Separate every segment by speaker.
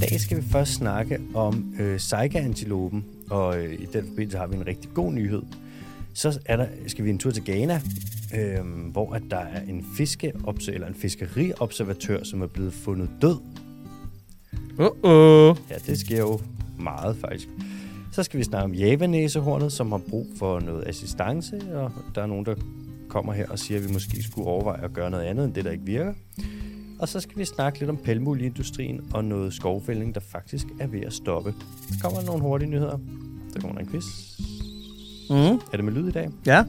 Speaker 1: dag skal vi først snakke om øh, Saiga-antilopen, og øh, i den forbindelse har vi en rigtig god nyhed. Så er der, skal vi en tur til Ghana, øh, hvor at der er en fiskeops eller en fiskeriobservatør, som er blevet fundet død.
Speaker 2: Uh-oh.
Speaker 1: Ja, det sker jo meget faktisk. Så skal vi snakke om javanæsehornet, som har brug for noget assistance, og der er nogen, der kommer her og siger, at vi måske skulle overveje at gøre noget andet end det, der ikke virker. Og så skal vi snakke lidt om palmolieindustrien og noget skovfældning, der faktisk er ved at stoppe. Så kommer der nogle hurtige nyheder. Der kommer der en quiz.
Speaker 2: Mm.
Speaker 1: Er det med lyd i dag?
Speaker 2: Ja.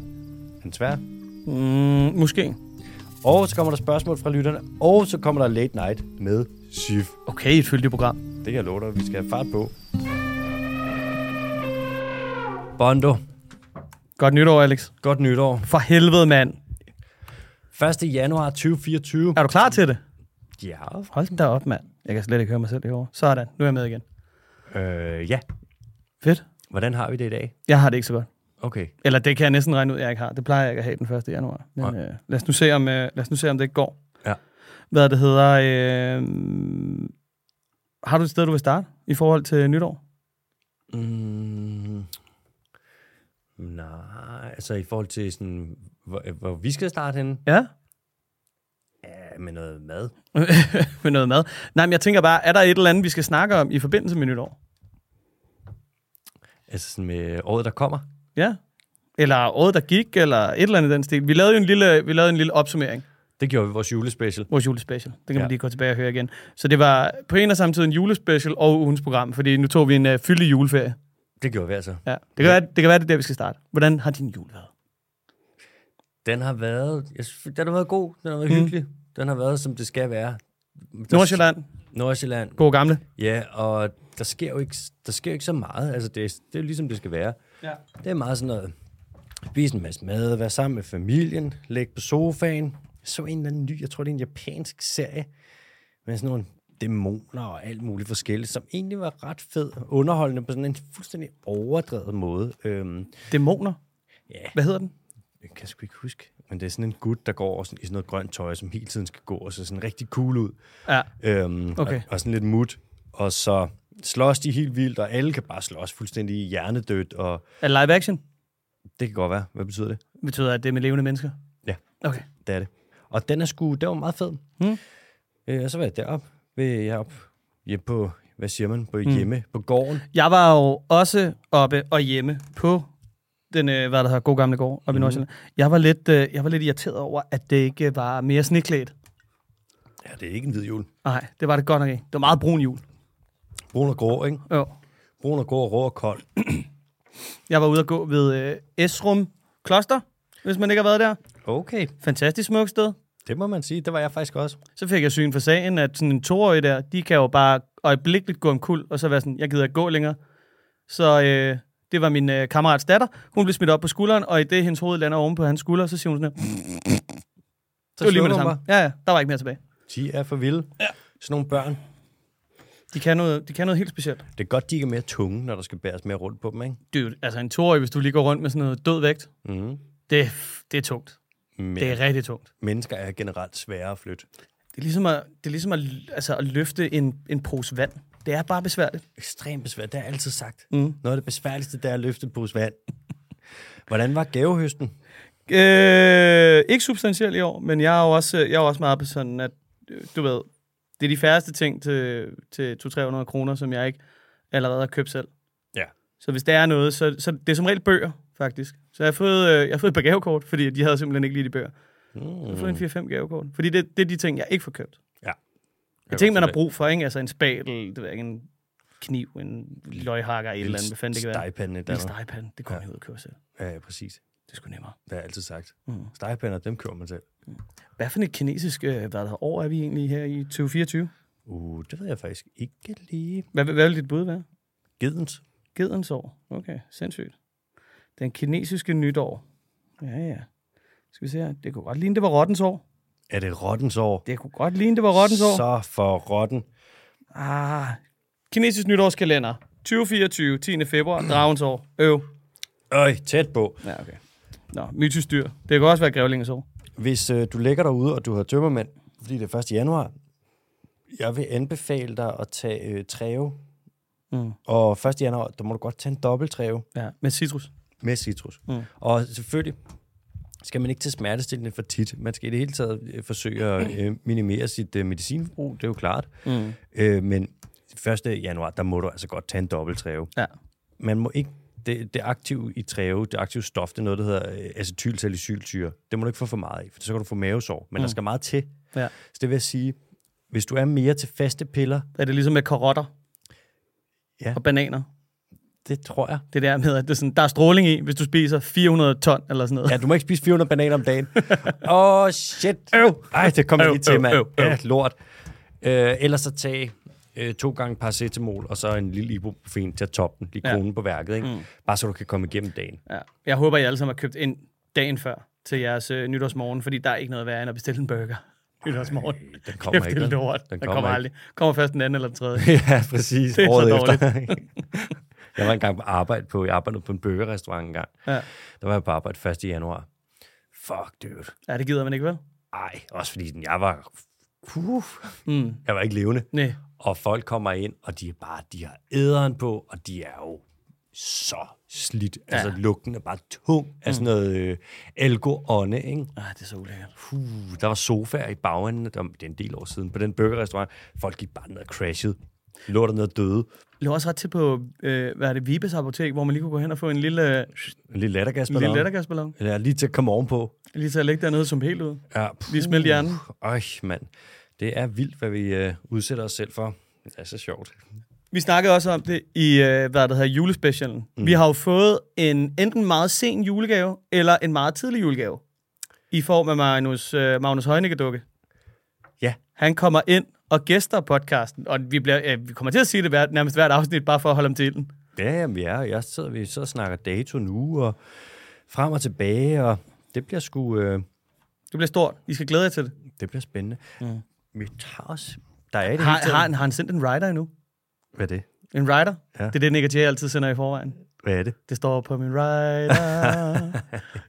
Speaker 1: Han tvær.
Speaker 2: Mm, måske.
Speaker 1: Og så kommer der spørgsmål fra lytterne. Og så kommer der late night med Sif.
Speaker 2: Okay, et fyldigt program.
Speaker 1: Det kan jeg love dig, vi skal have fart på. Bondo,
Speaker 2: Godt nytår, Alex.
Speaker 1: godt nytår.
Speaker 2: For helvede, mand.
Speaker 1: 1. januar 2024.
Speaker 2: Er du klar til det?
Speaker 1: Ja.
Speaker 2: Hold da op, mand. Jeg kan slet ikke høre mig selv herovre. Sådan, nu er jeg med igen.
Speaker 1: Øh, ja.
Speaker 2: Fedt.
Speaker 1: Hvordan har vi det i dag?
Speaker 2: Jeg har det ikke så godt.
Speaker 1: Okay.
Speaker 2: Eller det kan jeg næsten regne ud, jeg ikke har. Det plejer jeg ikke at have den 1. januar. Men
Speaker 1: Nej.
Speaker 2: øh, lad, os nu se, om, øh, lad os nu se, om det ikke går.
Speaker 1: Ja.
Speaker 2: Hvad det hedder... Øh, har du et sted, du vil starte i forhold til nytår?
Speaker 1: Mm. Nej, altså i forhold til sådan, hvor, hvor vi skal starte henne,
Speaker 2: Ja.
Speaker 1: ja, med noget mad.
Speaker 2: med noget mad. Nej, men jeg tænker bare, er der et eller andet, vi skal snakke om i forbindelse med nytår?
Speaker 1: Altså sådan med året, der kommer.
Speaker 2: Ja. Eller året, der gik, eller et eller andet i den stil. Vi lavede jo en lille, vi lavede en lille opsummering,
Speaker 1: Det gjorde vi i vores julespecial.
Speaker 2: vores julespecial. Det kan ja.
Speaker 1: Ja.
Speaker 2: man lige gå tilbage og høre igen. Så det var på en og samme tid en julespecial og ugens program, fordi nu tog vi en uh, fyldig juleferie.
Speaker 1: Det gjorde vi altså.
Speaker 2: Ja. Det, kan være, det kan være, det er der, vi skal starte. Hvordan har din jul været?
Speaker 1: Den har været, jeg, synes- den har været god, den har været mm. hyggelig. Den har været, som det skal være. Der-
Speaker 2: Nordsjælland,
Speaker 1: Nordsjælland,
Speaker 2: gode gamle.
Speaker 1: ja, og der sker jo ikke, der sker jo ikke så meget. Altså det, er- det er jo ligesom, det skal være.
Speaker 2: Ja.
Speaker 1: Det er meget sådan noget, spise en masse mad, være sammen med familien, ligge på sofaen. Jeg så en eller anden ny, jeg tror det er en japansk serie, med sådan nogle dæmoner og alt muligt forskelligt, som egentlig var ret fed, underholdende på sådan en fuldstændig overdrevet måde. Øhm,
Speaker 2: Dæmoner.
Speaker 1: Ja.
Speaker 2: Hvad hedder den?
Speaker 1: jeg kan sgu ikke huske, men det er sådan en gut, der går over sådan, i sådan noget grønt tøj, som hele tiden skal gå og se sådan rigtig cool ud.
Speaker 2: Ja.
Speaker 1: Øhm,
Speaker 2: Okay.
Speaker 1: og, og sådan lidt mut. Og så slås de helt vildt, og alle kan bare slås fuldstændig hjernedødt, og
Speaker 2: Er det live action?
Speaker 1: det kan godt være. Hvad betyder det?
Speaker 2: Det betyder, at det er med levende mennesker.
Speaker 1: Ja.
Speaker 2: Okay.
Speaker 1: Det er det. Og den er sgu, den var meget fed.
Speaker 2: Hmm.
Speaker 1: Øh, og så var jeg deroppe, ved jeg op, hjemme på, hvad siger man, på
Speaker 2: Hmm.
Speaker 1: hjemme, på gården.
Speaker 2: Jeg var jo også oppe og hjemme på den, øh, hvad der hedder, god gamle gård oppe mm. i Nordsjælland. Jeg var, lidt, øh, jeg var lidt irriteret over, at det ikke var mere sneklædt.
Speaker 1: Ja, det er ikke en hvid jul.
Speaker 2: Nej, det var det godt nok ikke. Det var meget brun jul.
Speaker 1: Brun og grå, ikke?
Speaker 2: Jo.
Speaker 1: Brun og grå, rå og kold.
Speaker 2: Jeg var ude at gå ved øh, Esrum Kloster, hvis man ikke har været der.
Speaker 1: Okay,
Speaker 2: Fantastisk smukt sted.
Speaker 1: det må man sige. Det var jeg faktisk også.
Speaker 2: Så fik jeg syn for sagen, at sådan en toårig der, de kan jo bare øjeblikkeligt gå omkuld, og så være sådan, jeg gider ikke gå længere. Så øh, det var min øh, kammerats datter. Hun blev smidt op på skulderen, og i det hendes hoved lander oven på hans skulder, så siger hun sådan her,
Speaker 1: Så
Speaker 2: det var lige med
Speaker 1: slukker
Speaker 2: det samme.
Speaker 1: hun
Speaker 2: Ja, ja, der var ikke mere tilbage.
Speaker 1: bare. De er for vilde. Ja. Sådan nogle børn.
Speaker 2: De kan noget, de kan noget helt specielt.
Speaker 1: Det er godt, de ikke er mere tunge, når der skal bæres mere rundt på dem, ikke?
Speaker 2: Dude, altså en toårig, hvis du lige går rundt med sådan noget død vægt,
Speaker 1: Mm.
Speaker 2: det, er f- det er tungt.
Speaker 1: Men
Speaker 2: Det er rigtig tungt.
Speaker 1: mennesker er generelt svære at flytte.
Speaker 2: Det er ligesom at, det er ligesom at, altså at løfte en, en pose vand. Det er bare besværligt.
Speaker 1: Ekstremt besvær, det har jeg altid sagt.
Speaker 2: Mm.
Speaker 1: Noget af det besværligste, det er at løfte en pose vand. Hvordan var gavehøsten? Mm.
Speaker 2: Øh, ikke substantielt i år, men jeg er jo også, jeg er jo også meget på sådan, at øh, du ved, det er de færreste ting til, til 200-300 kroner, som jeg ikke allerede har købt selv.
Speaker 1: Ja.
Speaker 2: Så hvis der er noget, så, så det er som regel bøger, faktisk. Så jeg har fået, øh, jeg har fået et par gavekort, fordi de havde simpelthen ikke lige de bøger. Jeg har fået en 4-5 gavekort. Fordi det, det er de ting, jeg ikke får købt. Jeg ting, man har brug for, ikke? Altså en spadel, det ved jeg ikke, en kniv, en løghakker, et eller andet. Hvad fanden det kan være?
Speaker 1: Stegpanden i
Speaker 2: En
Speaker 1: Danmark.
Speaker 2: stegpande. Det kunne jeg ud og købe selv.
Speaker 1: Ja, ja, præcis.
Speaker 2: Det er sgu nemmere.
Speaker 1: Det har jeg altid sagt.
Speaker 2: Mm.
Speaker 1: Stegepander, dem kører man selv.
Speaker 2: Hvad for et kinesisk øh, hvad der, år er vi egentlig her i 2024?
Speaker 1: Uh, det ved jeg faktisk ikke lige.
Speaker 2: Hvad, hvad vil dit bud være?
Speaker 1: Gedens.
Speaker 2: Gedens år. Okay, sindssygt. Den kinesiske nytår. Ja, ja. Skal vi se her. Det kunne godt ligne, det var rottens år.
Speaker 1: Er det rottens år?
Speaker 2: Det kunne godt ligne, det var rottens år.
Speaker 1: Så for rotten.
Speaker 2: Ah, kinesisk nytårskalender. 2024, 10. februar, dragens år. Øv.
Speaker 1: Øj, tæt på.
Speaker 2: Ja, okay. Nå, mytisk dyr. Det kan også være grævlingens år.
Speaker 1: Hvis øh, du ligger derude, og du har tømmermænd, fordi det er 1. januar, Jeg vil anbefale dig at tage øh, træve. Mm. Og 1. januar, der må du godt tage en dobbelt træve.
Speaker 2: Ja, med citrus.
Speaker 1: Med citrus. Mm. Og selvfølgelig skal man ikke tage smertestillende for tit. Man skal i det hele taget øh, forsøge at øh, minimere sit øh, medicinforbrug, det er jo klart. Mm. Øh, men 1. januar, der må du altså godt tage en dobbelt træve.
Speaker 2: Ja.
Speaker 1: Man må ikke det, det aktive i træve, det aktive salicylsyre, det er noget, der hedder øh, acetylsalicylsyre. Det må du ikke få for meget af, for så kan du få mavesår. Men mm. der skal meget til.
Speaker 2: Ja.
Speaker 1: Så det vil sige, hvis du er mere til faste piller...
Speaker 2: Er det ligesom med karotter?
Speaker 1: Ja.
Speaker 2: Og bananer?
Speaker 1: Det tror jeg.
Speaker 2: Det der med, at det er sådan, der er stråling i, hvis du spiser 400 ton eller sådan noget.
Speaker 1: Ja, du må ikke spise 400 bananer om dagen. Åh, oh, shit.
Speaker 2: Øv.
Speaker 1: Ej, det kommer lige til, mand.
Speaker 2: Øv, øv, øv.
Speaker 1: Ja, lort. Øh, ellers så tag øh, to gange paracetamol, og så en lille ibuprofen til at toppe den, lige
Speaker 2: Ja.
Speaker 1: kronen på værket, ikke? Mm. Bare så du kan komme igennem dagen.
Speaker 2: Ja. Jeg håber, I alle sammen har købt ind dagen før til jeres øh, nytårsmorgen, fordi der er ikke noget værre end at bestille en burger nytårsmorgen. Ej,
Speaker 1: den kommer ikke,
Speaker 2: Det er
Speaker 1: vel?
Speaker 2: lort. Den
Speaker 1: Den
Speaker 2: kommer,
Speaker 1: kommer ikke.
Speaker 2: aldrig. Kommer først den anden eller den tredje.
Speaker 1: ja, præcis.
Speaker 2: Det er så
Speaker 1: efter. jeg var engang på arbejde på, jeg arbejdede på en burgerrestaurant engang.
Speaker 2: Ja.
Speaker 1: Der var jeg på arbejde 1. januar. Fuck, dude.
Speaker 2: ja, det gider man ikke, vel?
Speaker 1: Ej, også fordi den- jeg var... Uh, mm. Jeg var ikke levende.
Speaker 2: Nej.
Speaker 1: Og folk kommer ind, og de er bare, de har æderen på, og de er jo så slidt. Ja. Altså, lugten er bare tung af
Speaker 2: Mm.
Speaker 1: sådan noget øh, algo-ånde, ikke?
Speaker 2: Ah, det er så ulækkert.
Speaker 1: Puh, der var sofaer i bagenden, der, det er en del år siden, på den burgerrestaurant. Folk gik bare ned og crashede. Lå dernede og døde.
Speaker 2: Jeg lå også ret til på, øh, hvad er det, Vibes apotek, hvor man lige kunne gå hen og få en lille, øh,
Speaker 1: En lille
Speaker 2: en
Speaker 1: lattergasballon.
Speaker 2: lille lettergasballon.
Speaker 1: Ja, lige til at komme ovenpå.
Speaker 2: Lige til at lægge dernede som helt ud.
Speaker 1: Ja,
Speaker 2: Lige smelte hjernen.
Speaker 1: Øj, mand. Det er vildt, hvad vi øh, udsætter os selv for. Det er så sjovt.
Speaker 2: Vi snakkede også om det i, øh, hvad der hedder, julespecialen. Mm. Vi har jo fået en enten meget sen julegave, eller en meget tidlig julegave. I form af Magnus, øh, Magnus Heunicke-dukke.
Speaker 1: Ja,
Speaker 2: Han kommer ind og gæster podcasten, og vi, bliver, øh, vi kommer til at sige det hver, nærmest hvert afsnit, bare for at holde ham til ilden.
Speaker 1: ja jamen, vi er. Jeg sidder, vi sidder og snakker dato nu, og frem og tilbage, og det bliver sgu... Øh,
Speaker 2: Det bliver stort. I skal glæde jer til det.
Speaker 1: det bliver spændende. Mm. Vi tager os... Der er i det hele
Speaker 2: Har,
Speaker 1: taget-
Speaker 2: har, han, har han sendt en rider endnu?
Speaker 1: Hvad er det?
Speaker 2: En rider?
Speaker 1: Ja.
Speaker 2: Det er det, Nick og Jay altid sender i forvejen.
Speaker 1: Hvad er det?
Speaker 2: Det står på min rider.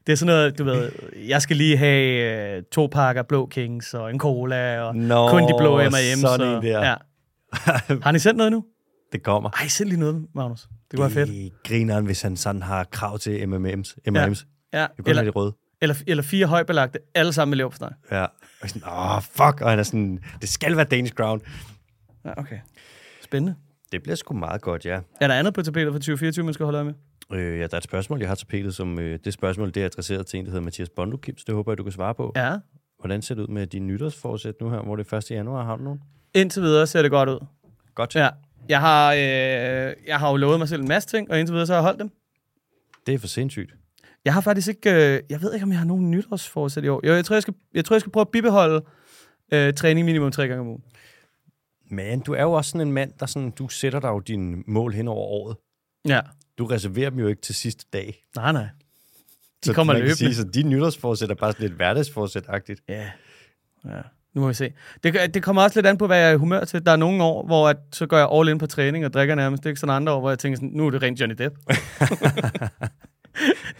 Speaker 2: det er sådan noget, du ved, jeg skal lige have øh, to pakker blå kings og en cola og
Speaker 1: Nå,
Speaker 2: kun de blå M&M's.
Speaker 1: sådan en
Speaker 2: og,
Speaker 1: der.
Speaker 2: Ja. Har han sendt noget nu?
Speaker 1: Det kommer.
Speaker 2: Ej, send lige noget, Magnus. Det kunne være fedt.
Speaker 1: Det griner han, hvis han sådan har krav til MMM's. M&M's.
Speaker 2: Ja. Ja.
Speaker 1: Det kunne
Speaker 2: Eller,
Speaker 1: være lidt røde.
Speaker 2: eller, eller fire højbelagte, alle sammen med leverpostej.
Speaker 1: Ja. Og sådan, åh, fuck. Og han er sådan, det skal være Danish Crown.
Speaker 2: Ja, okay. Spændende.
Speaker 1: Det bliver sgu meget godt, ja.
Speaker 2: Er der andet på tapetet for 2024, man skal holde øje med?
Speaker 1: Øh, ja, der er et spørgsmål, jeg har tapetet, som øh, det spørgsmål, det er adresseret til en, der hedder Mathias Bondukims. Det håber jeg, du kan svare på. Ja.
Speaker 2: Ja.
Speaker 1: Hvordan ser det ud med dine nytårsforsæt nu her, hvor det er 1. januar? Har du nogen?
Speaker 2: Indtil videre ser det godt ud.
Speaker 1: Godt.
Speaker 2: Ja. Jeg har, øh, jeg har jo lovet mig selv en masse ting, og indtil videre så har jeg holdt dem.
Speaker 1: Det er for sindssygt.
Speaker 2: Jeg har faktisk ikke... Øh, jeg ved ikke, om jeg har nogen nytårsforsæt i år. Jo, jeg tror, jeg skal, jeg tror, jeg skal prøve at bibeholde øh, træning minimum tre gange om ugen.
Speaker 1: Men du er jo også sådan en mand, der sådan, du sætter dig jo dine mål hen over året.
Speaker 2: Ja.
Speaker 1: Du reserverer dem jo ikke til sidste dag.
Speaker 2: Nej, nej. De
Speaker 1: Så
Speaker 2: kommer
Speaker 1: man kan
Speaker 2: løbende.
Speaker 1: Sige, så dine nytårsforsæt er bare sådan lidt hverdagsforsæt-agtigt.
Speaker 2: Ja. ja. Nu må vi se. Det, gør- det kommer også lidt an på, hvad jeg er i humør til. Der er nogle år, hvor at, så går jeg all in på træning og drikker nærmest. Det er ikke sådan andre år, hvor jeg tænker sådan, nu er det rent Johnny Depp.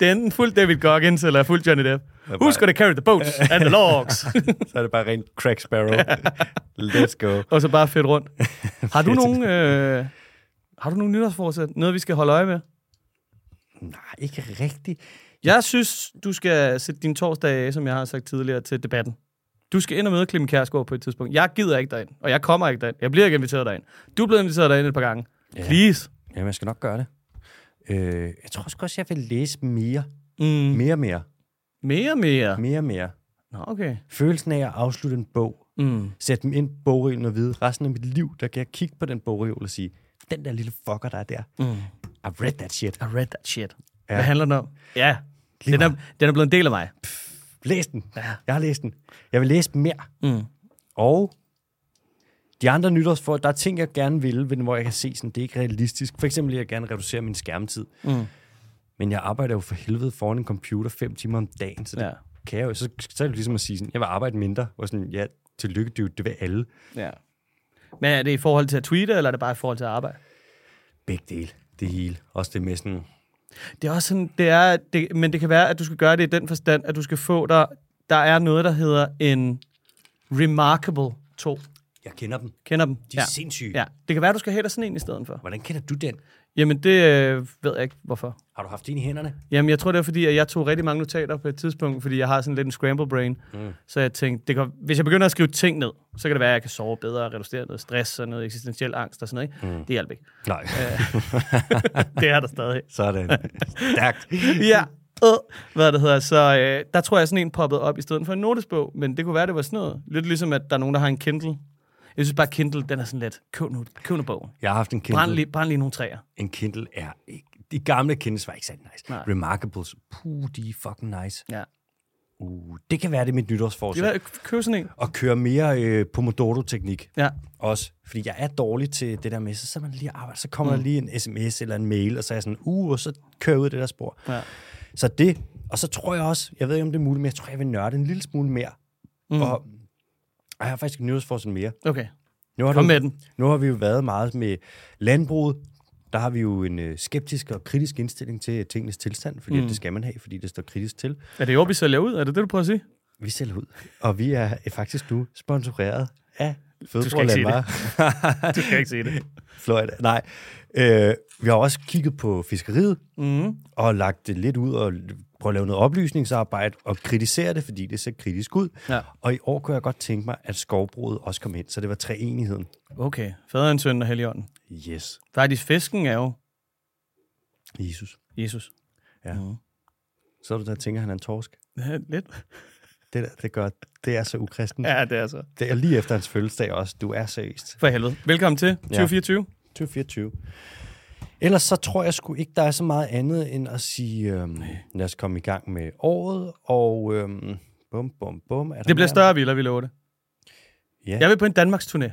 Speaker 2: det er enten fuld David Goggins, eller fuld Johnny Depp. Who's gonna carry the boats and the logs?
Speaker 1: Så er det bare rent crack sparrow. Let's go.
Speaker 2: og så bare fedt rundt. Har du nogen, øh, har du nogen nytårsforsæt? Noget, vi skal holde øje med?
Speaker 1: Nej, ikke rigtigt.
Speaker 2: Jeg synes, du skal sætte din torsdag af, som jeg har sagt tidligere, til debatten. Du skal ind og møde Clemen Kærsgaard på et tidspunkt. Jeg gider ikke derind, og jeg kommer ikke derind. Jeg bliver ikke inviteret derind. Du er blevet inviteret derind et par gange. Yeah. Please.
Speaker 1: Jamen, jeg skal nok gøre det. Øh, jeg tror sgu også, jeg vil læse mere.
Speaker 2: Mm.
Speaker 1: Mere, mere.
Speaker 2: Mere, mere.
Speaker 1: Mere, mere.
Speaker 2: Nå, okay.
Speaker 1: Følelsen af at afslutte en bog,
Speaker 2: Mm.
Speaker 1: sætte dem ind i bogreolen og vide, resten af mit liv, der kan jeg kigge på den bogreol og sige, den der lille fucker, der er der.
Speaker 2: Mm.
Speaker 1: I read that shit.
Speaker 2: I read that shit.
Speaker 1: Ja.
Speaker 2: Ja. Hvad handler den om? Ja, den er, den er blevet en del af mig.
Speaker 1: Læs den.
Speaker 2: Ja.
Speaker 1: Jeg har læst den. Jeg vil læse mere.
Speaker 2: Mm.
Speaker 1: Og de andre nytårsfor, der er ting, jeg gerne vil, men hvor jeg kan se, sådan, det er ikke realistisk. For eksempel, vil jeg gerne reducere min skærmtid.
Speaker 2: Mm.
Speaker 1: Men jeg arbejder jo for helvede foran en computer fem timer om dagen, så det
Speaker 2: Ja.
Speaker 1: ja. kan jeg jo. Så, så er det ligesom at sige, sådan, jeg vil arbejde mindre. Og sådan, ja, tillykke, dude, det vil alle.
Speaker 2: ja. Men er det i forhold til at tweete, eller er det bare i forhold til at arbejde?
Speaker 1: Begge dele. Det hele. Også det med sådan,
Speaker 2: Det er også sådan, det er, det, men det kan være, at du skal gøre det i den forstand, at du skal få dig, der er noget, der hedder en remarkable 2.
Speaker 1: Jeg kender dem.
Speaker 2: Kender dem?
Speaker 1: De er
Speaker 2: ja.
Speaker 1: sindssyge.
Speaker 2: ja. Det kan være, du skal have dig sådan en i stedet for.
Speaker 1: Hvordan kender du den?
Speaker 2: Jamen, det øh, ved jeg ikke, hvorfor.
Speaker 1: Har du haft en i hænderne?
Speaker 2: Jamen, jeg tror, det er fordi, at jeg tog rigtig mange notater på et tidspunkt, fordi jeg har sådan lidt en scramble brain. Mm. Så jeg tænkte, det kan, hvis jeg begynder at skrive ting ned, så kan det være, at jeg kan sove bedre, reducere noget stress og noget eksistentiel angst og sådan noget. Ikke? Mm. Det hjælper ikke.
Speaker 1: Nej.
Speaker 2: det er der stadig.
Speaker 1: Sådan. Stærkt.
Speaker 2: ja, øh, hvad det hedder. Så øh, der tror jeg, sådan en poppede op i stedet for en notesbog, men det kunne være, det var sådan noget. Lidt ligesom, at der er nogen, der har en Kindle. Jeg synes bare, Kindle, den er sådan lidt, køb nu, køb nu bogen.
Speaker 1: Jeg har haft en Kindle.
Speaker 2: Brænd lige, brænd lige nogle træer.
Speaker 1: En Kindle er ikke... De gamle Kindles var ikke særlig nice. Nej. Remarkables. Puh, de er fucking nice.
Speaker 2: Ja.
Speaker 1: Uh, det kan være det er mit
Speaker 2: Det
Speaker 1: nytårsforsæt.
Speaker 2: var, køb sådan en.
Speaker 1: Og køre mere øh, Pomodoro-teknik
Speaker 2: Ja.
Speaker 1: også. Fordi jeg er dårlig til det der med, så sidder man lige og arbejder, så kommer mm. der lige en sms eller en mail, og så er jeg sådan, uh, og så kører jeg ud af det der spor.
Speaker 2: Ja.
Speaker 1: Så det, og så tror jeg også, jeg ved ikke, om det er muligt, men jeg tror, jeg vil nørde en lille smule mere. Mm. Og, og jeg har faktisk et nytårsforsæt mere.
Speaker 2: Okay,
Speaker 1: Nu har
Speaker 2: kom
Speaker 1: du,
Speaker 2: med den.
Speaker 1: Nu har vi jo været meget med landbruget. Der har vi jo en øh, skeptisk og kritisk indstilling til øh, tingenes tilstand, fordi mm. det skal man have, fordi det står kritisk til.
Speaker 2: Er det i år, vi sælger ud? Er det det, du prøver at sige?
Speaker 1: Vi sælger ud, og vi er øh, faktisk nu sponsoreret af
Speaker 2: skal ikke sige det.
Speaker 1: Fødebruglandvarer.
Speaker 2: Du skal ikke sige det.
Speaker 1: Florida. Nej. Øh, vi har også kigget på fiskeriet mm.
Speaker 2: Mm-hmm.
Speaker 1: og lagt det lidt ud og l- prøvet at lave noget oplysningsarbejde og kritisere det, fordi det ser kritisk ud.
Speaker 2: Ja.
Speaker 1: Og i år kunne jeg godt tænke mig, at skovbruget også kom ind, så det var treenigheden.
Speaker 2: Okay, faderen, sønnen og heligånden.
Speaker 1: Yes.
Speaker 2: Faktisk, fisken er jo
Speaker 1: Jesus.
Speaker 2: Jesus. Mm-hmm.
Speaker 1: Ja. Mm. Så er du der og tænker, at han er en torsk.
Speaker 2: Ja, Lidt.
Speaker 1: Det, der, det, gør, det er så ukristent. Ja.
Speaker 2: Ja, det er så.
Speaker 1: Det er lige efter hans fødselsdag også. Du er seriøst.
Speaker 2: For helvede. Velkommen til 2024.
Speaker 1: 2024. Ellers så tror jeg sgu ikke, der er så meget andet end at sige, øhm, lad os komme i gang med året, og øhm, bum, bum, bum. Er der
Speaker 2: Det bliver
Speaker 1: mere?
Speaker 2: større og vildere, vi lover det.
Speaker 1: Ja.
Speaker 2: Jeg vil på en Danmarks turné.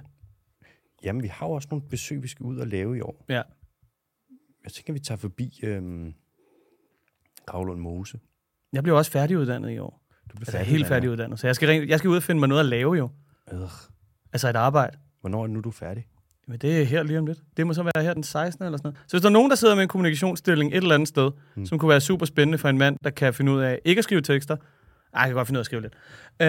Speaker 1: Jamen, vi har jo også nogle besøg, vi skal ud og lave i år.
Speaker 2: Ja.
Speaker 1: Jeg tænker, vi tager forbi øhm, Gravlund Mose.
Speaker 2: Jeg bliver også færdiguddannet i år.
Speaker 1: Du bliver
Speaker 2: Altså, jeg er helt
Speaker 1: færdiguddannet.
Speaker 2: færdiguddannet. Så jeg skal, rent, jeg skal ud og finde mig noget at lave jo.
Speaker 1: Ugh.
Speaker 2: Altså et arbejde.
Speaker 1: Hvornår er det nu, du er færdig?
Speaker 2: Men det er her lige om lidt. Det må så være her den 16. eller sådan noget. Så hvis der er nogen, der sidder med en kommunikationsstilling et eller andet sted,
Speaker 1: Hmm.
Speaker 2: mm. som kunne være super spændende for en mand, der kan finde ud af ikke at skrive tekster. Ej, jeg kan godt finde ud af at skrive lidt. Øh,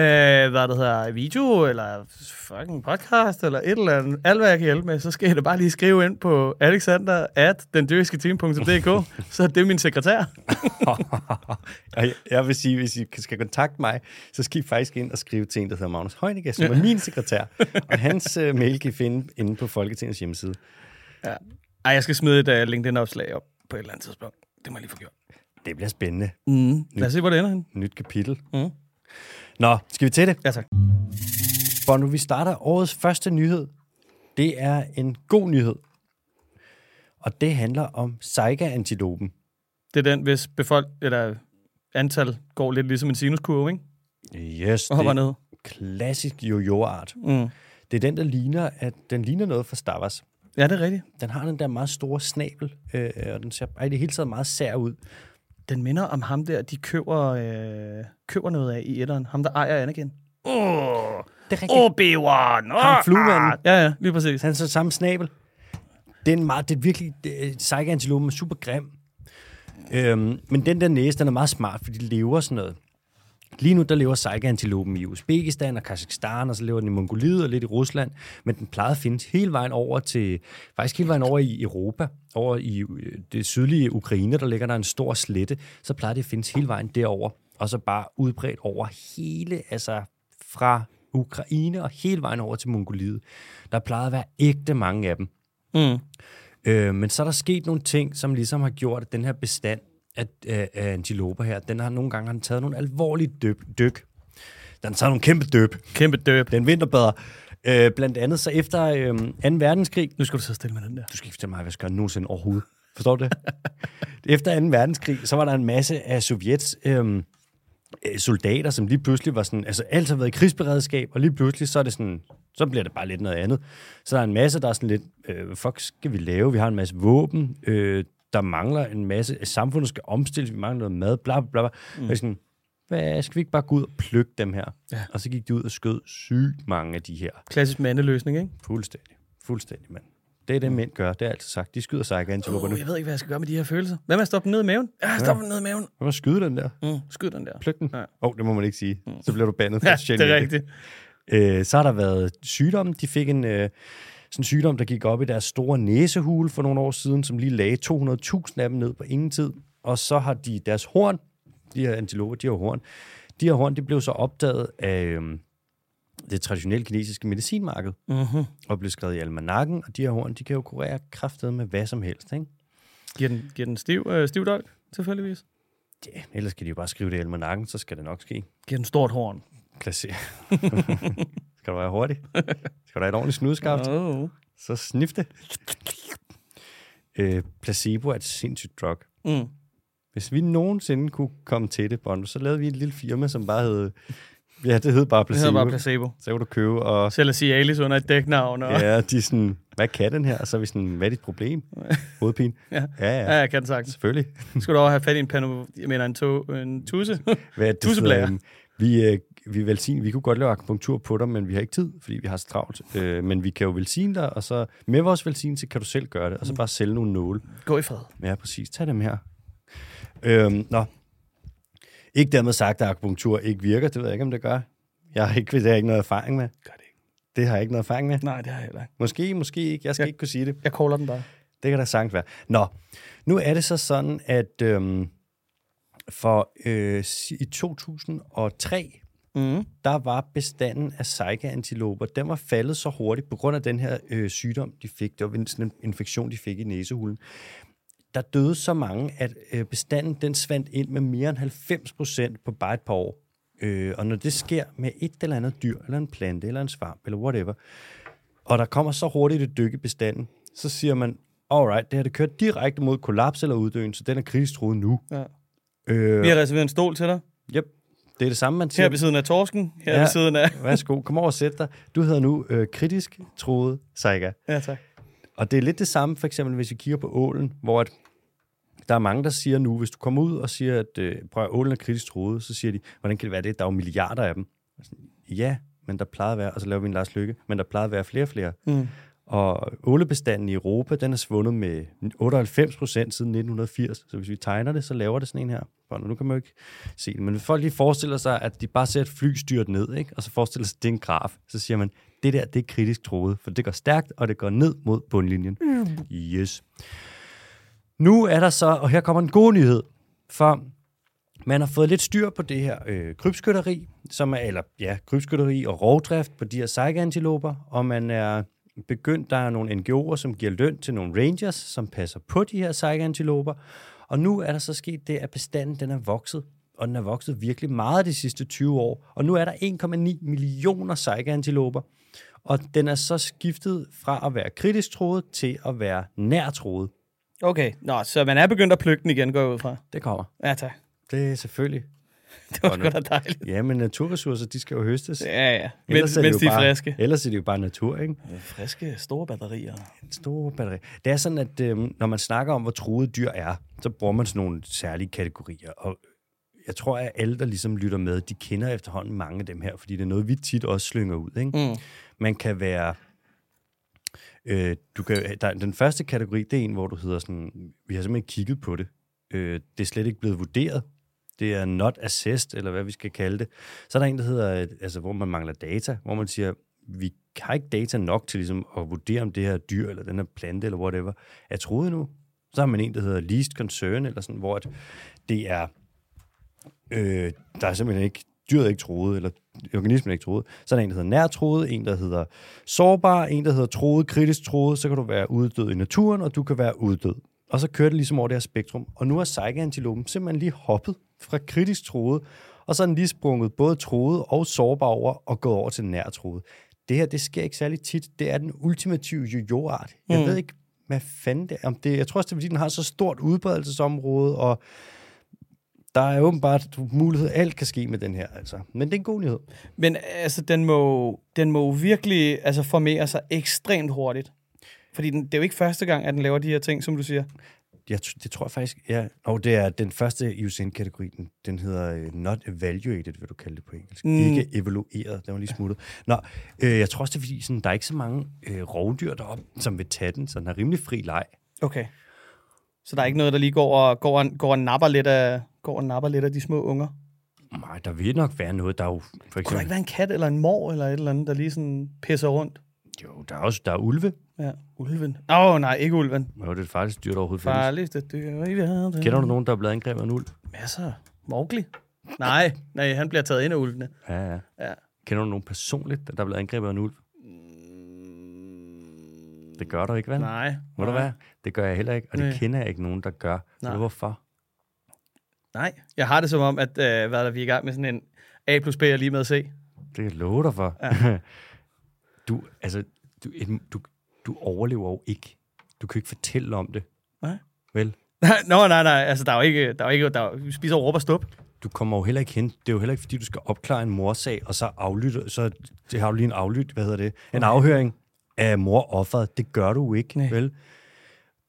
Speaker 2: hvad det hedder, video eller fucking podcast eller et eller andet. Alt, hvad jeg kan hjælpe med, så skal jeg da bare lige skrive ind på alexander at dendyrske så er det min sekretær.
Speaker 1: Og jeg- jeg vil sige, hvis I skal kontakte mig, så skal I faktisk ind og skrive til en, der hedder Magnus Heunicke, som er min sekretær. Og hans uh, mail kan I finde inde på Folketingets hjemmeside.
Speaker 2: Ej, jeg skal smide et uh, LinkedIn-opslag op på et eller andet tidspunkt. Det må jeg lige få gjort.
Speaker 1: Det bliver spændende.
Speaker 2: Mm. Lad os se, hvor det ender hen.
Speaker 1: Nyt kapitel.
Speaker 2: Mm.
Speaker 1: Nå, skal vi til det?
Speaker 2: Ja, tak.
Speaker 1: For nu vi starter årets første nyhed. Det er en god nyhed. Og det handler om Saiga-antilopen.
Speaker 2: Det er den, hvis befolk eller antal går lidt ligesom en sinuskurve, ikke?
Speaker 1: Yes,
Speaker 2: Og
Speaker 1: det
Speaker 2: hopper
Speaker 1: er
Speaker 2: ned.
Speaker 1: klassisk jojo-art.
Speaker 2: Mm.
Speaker 1: Det er den, der ligner, at den ligner noget fra Star Wars.
Speaker 2: Ja, det er rigtigt.
Speaker 1: Den har den der meget store snabel, øh, og den ser ej, det er hele taget meget sær ud.
Speaker 2: Den minder om ham der, de køber, øh, køber noget af i etteren. Ham, der ejer Anakin. Åh, oh,
Speaker 1: Det er rigtigt.
Speaker 2: oh, B1.
Speaker 1: Ham fluemanden.
Speaker 2: Ja, ja, lige præcis.
Speaker 1: Han har så samme snabel. Det er en meget, det er virkelig, psykoantilopen er super grim. Øhm, men den der næse, den er meget smart, fordi de lever sådan noget. Lige nu, der lever psykoantilopen i Uzbekistan og Kazakhstan, og så lever den i Mongoliet og lidt i Rusland. Men den plejede at findes hele vejen over til, faktisk hele vejen over i Europa, over i øh, det sydlige Ukraine, der ligger der en stor slette, så plejede det at findes hele vejen derover og så bare udbredt over hele, altså fra Ukraine og hele vejen over til Mongoliet. Der plejede at være ægte mange af dem.
Speaker 2: Mm.
Speaker 1: Øh, men så er der sket nogle ting, som ligesom har gjort, at den her bestand af, af, af antiloper her, den har nogle gange har den taget nogle alvorlige dyb, dyk. Den har taget nogle kæmpe dyb.
Speaker 2: Kæmpe døb.
Speaker 1: Den vinterbader. Øh, blandt andet så efter øh, 2. verdenskrig,
Speaker 2: Nu skal du sidde stille med den der.
Speaker 1: du skal ikke fortælle mig, hvad jeg skal gøre nogensinde overhovedet. Forstår du det? Efter 2. verdenskrig, så var der en masse af Sovjets øhm, øh, soldater, som lige pludselig var sådan, altså altid har været i krigsberedskab, og lige pludselig så er det sådan, så bliver det bare lidt noget andet. Så der er en masse, der er sådan lidt, øh, hvad fuck skal vi lave? Vi har en masse våben, øh, der mangler en masse, samfundet skal omstilles, vi mangler noget mad, bla bla bla. Mm. Og det er sådan, hvad, skal vi ikke bare gå ud og plukke dem her? Ja. Og så gik de ud og skød sygt mange af de her.
Speaker 2: Klassisk mandeløsning, ikke?
Speaker 1: Fuldstændig. Fuldstændig, mand. Det er det, mænd gør. Det har jeg altid sagt. De skyder sig ikke antilopper nu.
Speaker 2: Oh, jeg ved ikke, hvad jeg skal gøre med de her følelser. Hvad med at stoppe dem ned i maven? Ja, stop dem ned i maven.
Speaker 1: Hvorfor skyde den der?
Speaker 2: Mm. Skyd den der.
Speaker 1: Pløk den. Åh,
Speaker 2: Ja.
Speaker 1: oh, det må man ikke sige. Så bliver du bandet fra
Speaker 2: Ja,
Speaker 1: sociale
Speaker 2: det er
Speaker 1: medier.
Speaker 2: rigtigt.
Speaker 1: Øh, så har der været sygdomme. De fik en... Øh, sådan en sygdom, der gik op i deres store næsehule for nogle år siden, som lige lagde 200.000 af dem ned på ingen tid. Og så har de deres horn, de her antiloper, de har horn, de her horn, de blev så opdaget af øhm, det traditionelle kinesiske medicinmarked,
Speaker 2: Uh-huh.
Speaker 1: og blev skrevet i almanakken, og de her horn, de kan jo kurere kraftet med hvad som helst, ikke?
Speaker 2: Giver den, giver den stiv, øh, stiv dolk, tilfældigvis?
Speaker 1: Ja, ellers kan de jo bare skrive det i almanakken, så skal det nok ske.
Speaker 2: Giver den stort horn?
Speaker 1: Placere. skal du være hurtig? Skal du have et ordentligt snudskaft?
Speaker 2: Oh.
Speaker 1: Så snif det. øh, placebo er et sindssygt drug.
Speaker 2: Mm.
Speaker 1: Hvis vi nogensinde kunne komme til det, Bondo, så lavede vi et lille firma, som bare hed... Ja, det hed bare
Speaker 2: Det
Speaker 1: placebo.
Speaker 2: hedder bare placebo.
Speaker 1: så kunne du købe, og
Speaker 2: Selv at sige Alice under et dæknavn. Og...
Speaker 1: ja, de er sådan, hvad kan den her? Og så er vi sådan, hvad er dit problem? Hovedpine?
Speaker 2: Ja.
Speaker 1: ja, ja,
Speaker 2: ja, jeg kan den sagtens.
Speaker 1: selvfølgelig.
Speaker 2: Skulle du over have fat i en, pano, jeg mener en, tog, en tusse?
Speaker 1: Hvad er det,
Speaker 2: Tudseblære.
Speaker 1: sådan, vi, øh, vi, velsign, vi kunne godt lave akupunktur på dig, men vi har ikke tid, fordi vi har så travlt. Øh, men vi kan jo velsigne dig, og så med vores velsignelse kan du selv gøre det, og så bare sælge nogle nåle.
Speaker 2: Gå i fred.
Speaker 1: Ja, præcis. Tag dem her. Øhm, nå. Ikke dermed sagt, at akupunktur ikke virker. Det ved jeg ikke, om det gør. Jeg har ikke, det har jeg ikke noget erfaring med.
Speaker 2: Gør det ikke.
Speaker 1: Det har jeg ikke noget erfaring med.
Speaker 2: Nej, det har jeg heller ikke.
Speaker 1: Måske, måske ikke. Jeg skal ja.
Speaker 2: Ja.
Speaker 1: ikke kunne sige det.
Speaker 2: Jeg caller den bare.
Speaker 1: Det kan da sagtens være. Nå, nu er det så sådan, at øhm, for øh, si- i 2003,
Speaker 2: Mm.
Speaker 1: der var bestanden af saiga-antiloper, den var faldet så hurtigt på grund af den her øh, sygdom, de fik. Det var vel sådan en infektion, de fik i næsehulen. Der døde så mange, at øh, bestanden den svandt ind med mere end 90 procent på bare et par år. Øh, og når det sker med et eller andet dyr, eller en plante, eller en svamp, eller whatever, og der kommer så hurtigt et dykke i bestanden, så siger man, alright, det her det kører direkte mod kollaps eller uddøen, så den er krigstruet nu.
Speaker 2: Ja.
Speaker 1: Øh,
Speaker 2: Vi har reserveret en stol til dig.
Speaker 1: yep, det er det samme, man siger.
Speaker 2: Her ved siden af torsken. Her
Speaker 1: Ja.
Speaker 2: ved siden af...
Speaker 1: Værsgo, kom over og sæt dig. Du hedder nu øh, kritisk troet Saiga.
Speaker 2: Ja, tak.
Speaker 1: Og det er lidt det samme, for eksempel hvis vi kigger på ålen, hvor at der er mange, der siger nu, hvis du kommer ud og siger, at øh, prøv, at ålen er kritisk troet, så siger de, hvordan kan det være det? Der er jo milliarder af dem. Og sådan, Ja, men der plejede at være, og så laver vi en Lars Lykke, men der plejede at være flere og flere.
Speaker 2: Mm.
Speaker 1: Og ålebestanden i Europa, den er svundet med 98 procent siden 1980. Så hvis vi tegner det, så laver det sådan en her. For nu kan man jo ikke se det. Men hvis folk lige forestiller sig, at de bare ser et fly styrt ned, ikke? og så forestiller sig, at det er en graf, så siger man, det der, det er kritisk troet, for det går stærkt, og det går ned mod bundlinjen. Yes. Nu er der så, og her kommer en god nyhed, for man har fået lidt styr på det her øh, krybskytteri, som er, eller ja, krybskytteri og rovdrift på de her sejkantiloper, og man er begyndt, der er nogle NGO'er, som giver løn til nogle rangers, som passer på de her sejkantiloper, og nu er der så sket det, at bestanden den er vokset, og den er vokset virkelig meget de sidste 20 år, og nu er der 1,9 millioner sejkantiloper, og den er så skiftet fra at være kritisk troet til at være nær troet.
Speaker 2: Okay. Nå, så man er begyndt at plukke den igen, går jeg ud fra.
Speaker 1: Det kommer.
Speaker 2: Ja, tak.
Speaker 1: Det er selvfølgelig.
Speaker 2: Det var sgu da dejligt.
Speaker 1: Ja, men naturressourcer, de skal jo høstes.
Speaker 2: Ja, ja.
Speaker 1: Ellers
Speaker 2: Mens,
Speaker 1: er det
Speaker 2: mens
Speaker 1: jo
Speaker 2: de er
Speaker 1: bare,
Speaker 2: friske.
Speaker 1: Ellers er det jo bare natur, ikke?
Speaker 2: Friske, store batterier.
Speaker 1: En stor batteri. Det er sådan, at øh, når man snakker om, hvor truede dyr er, så bruger man sådan nogle særlige kategorier. Og jeg tror, at alle, der ligesom lytter med, de kender efterhånden mange af dem her, fordi det er noget, vi tit også slynger ud, ikke?
Speaker 2: Mm.
Speaker 1: Man kan være... Øh, du kan, der, den første kategori, det er en, hvor du hedder sådan... Vi har simpelthen kigget på det. Øh, det er slet ikke blevet vurderet. Det er not assessed, eller hvad vi skal kalde det. Så er der en, der hedder, øh, altså, hvor man mangler data, hvor man siger, vi har ikke data nok til ligesom, at vurdere, om det her dyr, eller den her plante, eller whatever, er troet nu. Så har man en, der hedder least concern, eller sådan, hvor at det er øh, der er simpelthen ikke, dyret er ikke troet, eller organismen er ikke troet. Så er der en, der hedder nær troet, en, der hedder sårbar, en, der hedder troet, kritisk troet, så kan du være uddød i naturen, og du kan være uddød. Og så kører det ligesom over det her spektrum. Og nu er psykeantilopen simpelthen lige hoppet fra kritisk troet, og så er den lige sprunget både troet og sårbar over, og gået over til nær troet. Det her, det sker ikke særlig tit. Det er den ultimative jojo-art. Jeg mm. ved ikke, hvad fanden det er. Om det, jeg tror også, det er, fordi den har så stort udbredelsesområde, og der er åbenbart mulighed, alt kan ske med den her, altså. Men det er en god nyhed.
Speaker 2: Men altså, den må, den må virkelig altså, formere sig ekstremt hurtigt. Fordi den, det er jo ikke første gang, at den laver de her ting, som du siger.
Speaker 1: Jeg, t- det tror jeg faktisk, ja. Og det er den første IUCN-kategori, den, den hedder øh, not evaluated, vil du kalde det på engelsk. Mm.
Speaker 2: Mm.
Speaker 1: Ikke evalueret, den var lige smuttet. Nå, øh, jeg tror også, det er fordi, sådan, der er ikke så mange øh, rovdyr deroppe, som vil tage den, så den har rimelig fri leg.
Speaker 2: Okay. Så der er ikke noget, der lige går og, går og, går og napper, lidt af, går og napper lidt af de små unger?
Speaker 1: Nej, der vil nok være noget, der er jo for
Speaker 2: Kunne der ikke
Speaker 1: eksempel...
Speaker 2: være en kat eller en mor eller et eller andet, der lige sådan pisser rundt?
Speaker 1: Jo, der er også der er ulve.
Speaker 2: Ja, ulven. Åh, oh, nej, ikke ulven.
Speaker 1: Jo, det er det farligste dyr, der overhovedet findes.
Speaker 2: Farligste dyr i verden.
Speaker 1: Kender du nogen, der er blevet angrebet af en ulv?
Speaker 2: Masser. Mowgli? Nej, nej, han bliver taget ind af ulvene.
Speaker 1: Ja, ja.
Speaker 2: Ja.
Speaker 1: Kender du nogen personligt, der er blevet angrebet af en ulv? Det gør du ikke, vel?
Speaker 2: Mm. Nej.
Speaker 1: Må du
Speaker 2: nej.
Speaker 1: være? Det gør jeg heller ikke, og det
Speaker 2: Nej.
Speaker 1: kender jeg ikke nogen, der gør. Nej.
Speaker 2: Nej.
Speaker 1: Ved du hvorfor?
Speaker 2: Nej. Jeg har det som om, at øh, hvad er der, vi er i gang med sådan en A plus B er lige med C.
Speaker 1: Det kan jeg love dig for. Ja. du, altså, du, et, du, du overlever jo ikke. Du kan jo ikke fortælle om det.
Speaker 2: Nej.
Speaker 1: Vel?
Speaker 2: Nå, nej, nej. Altså, der er jo ikke... Der er jo ikke der er, vi spiser råb og stup.
Speaker 1: Du kommer jo heller ikke hen. Det er jo heller ikke, fordi du skal opklare en morsag, og så aflytte, så det har du lige en aflyt, hvad hedder det? En afhøring af morofferet. Det gør du jo ikke,
Speaker 2: Nej.
Speaker 1: vel? Det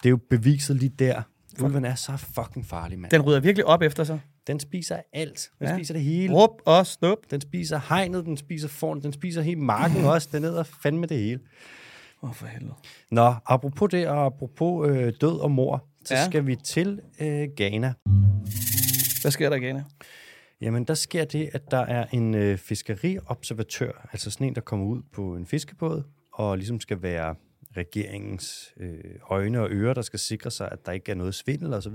Speaker 1: er jo beviset lige der. Ulven er så fucking farlig, mand. Den,
Speaker 2: Den rydder virkelig op efter sig.
Speaker 1: den spiser alt. Den ja.
Speaker 2: Ja.
Speaker 1: spiser det hele.
Speaker 2: Råb og stup.
Speaker 1: Den spiser hegnet, den spiser forn, den spiser hele marken også. Den æder fandme det hele.
Speaker 2: Åh, oh, for helvede.
Speaker 1: Nå, apropos det, og apropos øh, død og mor, så ja.
Speaker 2: Ja.
Speaker 1: skal vi til øh, Ghana.
Speaker 2: Hvad sker der, Gane?
Speaker 1: Jamen, der sker det, at der er en øh, fiskeriobservatør, altså sådan en, der kommer ud på en fiskebåd, og ligesom skal være regeringens øh, øjne og ører, der skal sikre sig, at der ikke er noget svindel osv.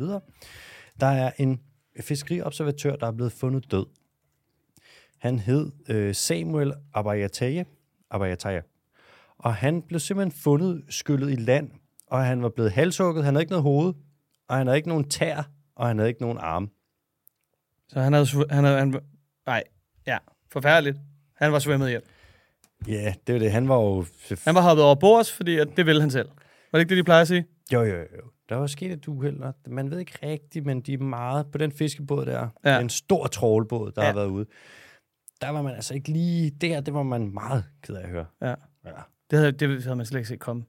Speaker 1: Der er en fiskeriobservatør, der er blevet fundet død. Han hed øh, Samuel Abayataya, Abayataya. Og han blev simpelthen fundet skyllet i land, og han var blevet halshugget. Han havde ikke noget hoved, og han havde ikke nogen tær, og han havde ikke nogen arme.
Speaker 2: Så han havde... sv- Han havde han, nej, ja. Forfærdeligt. Han var svømmet hjem.
Speaker 1: Ja, det var det. Han var jo...
Speaker 2: Han var hoppet over bord, fordi at det ville han selv. Var det ikke det, de plejer at sige?
Speaker 1: Jo, jo, jo. Der var sket et uheld, og man ved ikke rigtigt, men de er meget... På den fiskebåd der,
Speaker 2: Ja.
Speaker 1: ja. en stor trålbåd, der ja.
Speaker 2: Ja.
Speaker 1: har været ude, der var man altså ikke lige... Det her, det var man meget ked af at høre.
Speaker 2: Ja.
Speaker 1: Ja.
Speaker 2: Det havde, det havde man slet ikke set komme.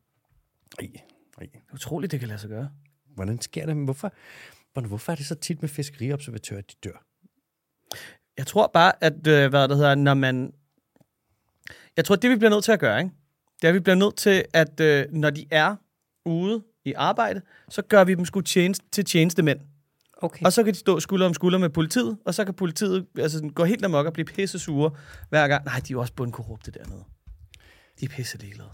Speaker 1: Ej, ej.
Speaker 2: Det er utroligt, det kan lade sig gøre.
Speaker 1: Hvordan sker det? Men Hvorfor, hvordan- hvorfor er det så tit med fiskeriobservatører, at de dør?
Speaker 2: Jeg tror bare, at øh, hvad det hedder, når man... Jeg tror, det vi bliver nødt til at gøre, ikke? det er, at vi bliver nødt til, at øh, når de er ude i arbejde, så gør vi dem sgu tjeneste, til tjenestemænd.
Speaker 1: Okay.
Speaker 2: Og så kan de stå skulder om skulder med politiet, og så kan politiet altså, sådan gå helt amok og blive pisse sure hver gang. Nej, de er jo også bundkorrupte dernede. De er pisse ligeglade.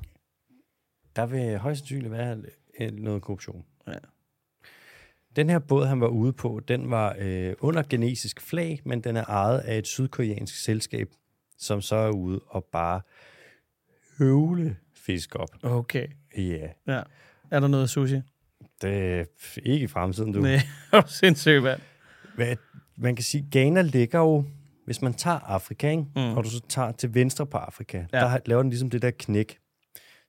Speaker 1: Der vil højst sandsynligt være øh, noget korruption.
Speaker 2: Ja.
Speaker 1: Den her båd, han var ude på, den var øh, under genesisk flag, men den er ejet af et sydkoreansk selskab, som så er ude og bare høvle fisk op.
Speaker 2: Okay.
Speaker 1: Ja,
Speaker 2: Ja. Er der noget sushi?
Speaker 1: det er ikke i fremtiden, du.
Speaker 2: Nej, det er sindssygt, mand.
Speaker 1: Hvad, man kan sige, Ghana ligger jo, hvis man tager Afrika, ikke? Mm. og du så tager til venstre på Afrika, ja.
Speaker 2: Ja.
Speaker 1: der har- laver den ligesom det der knæk.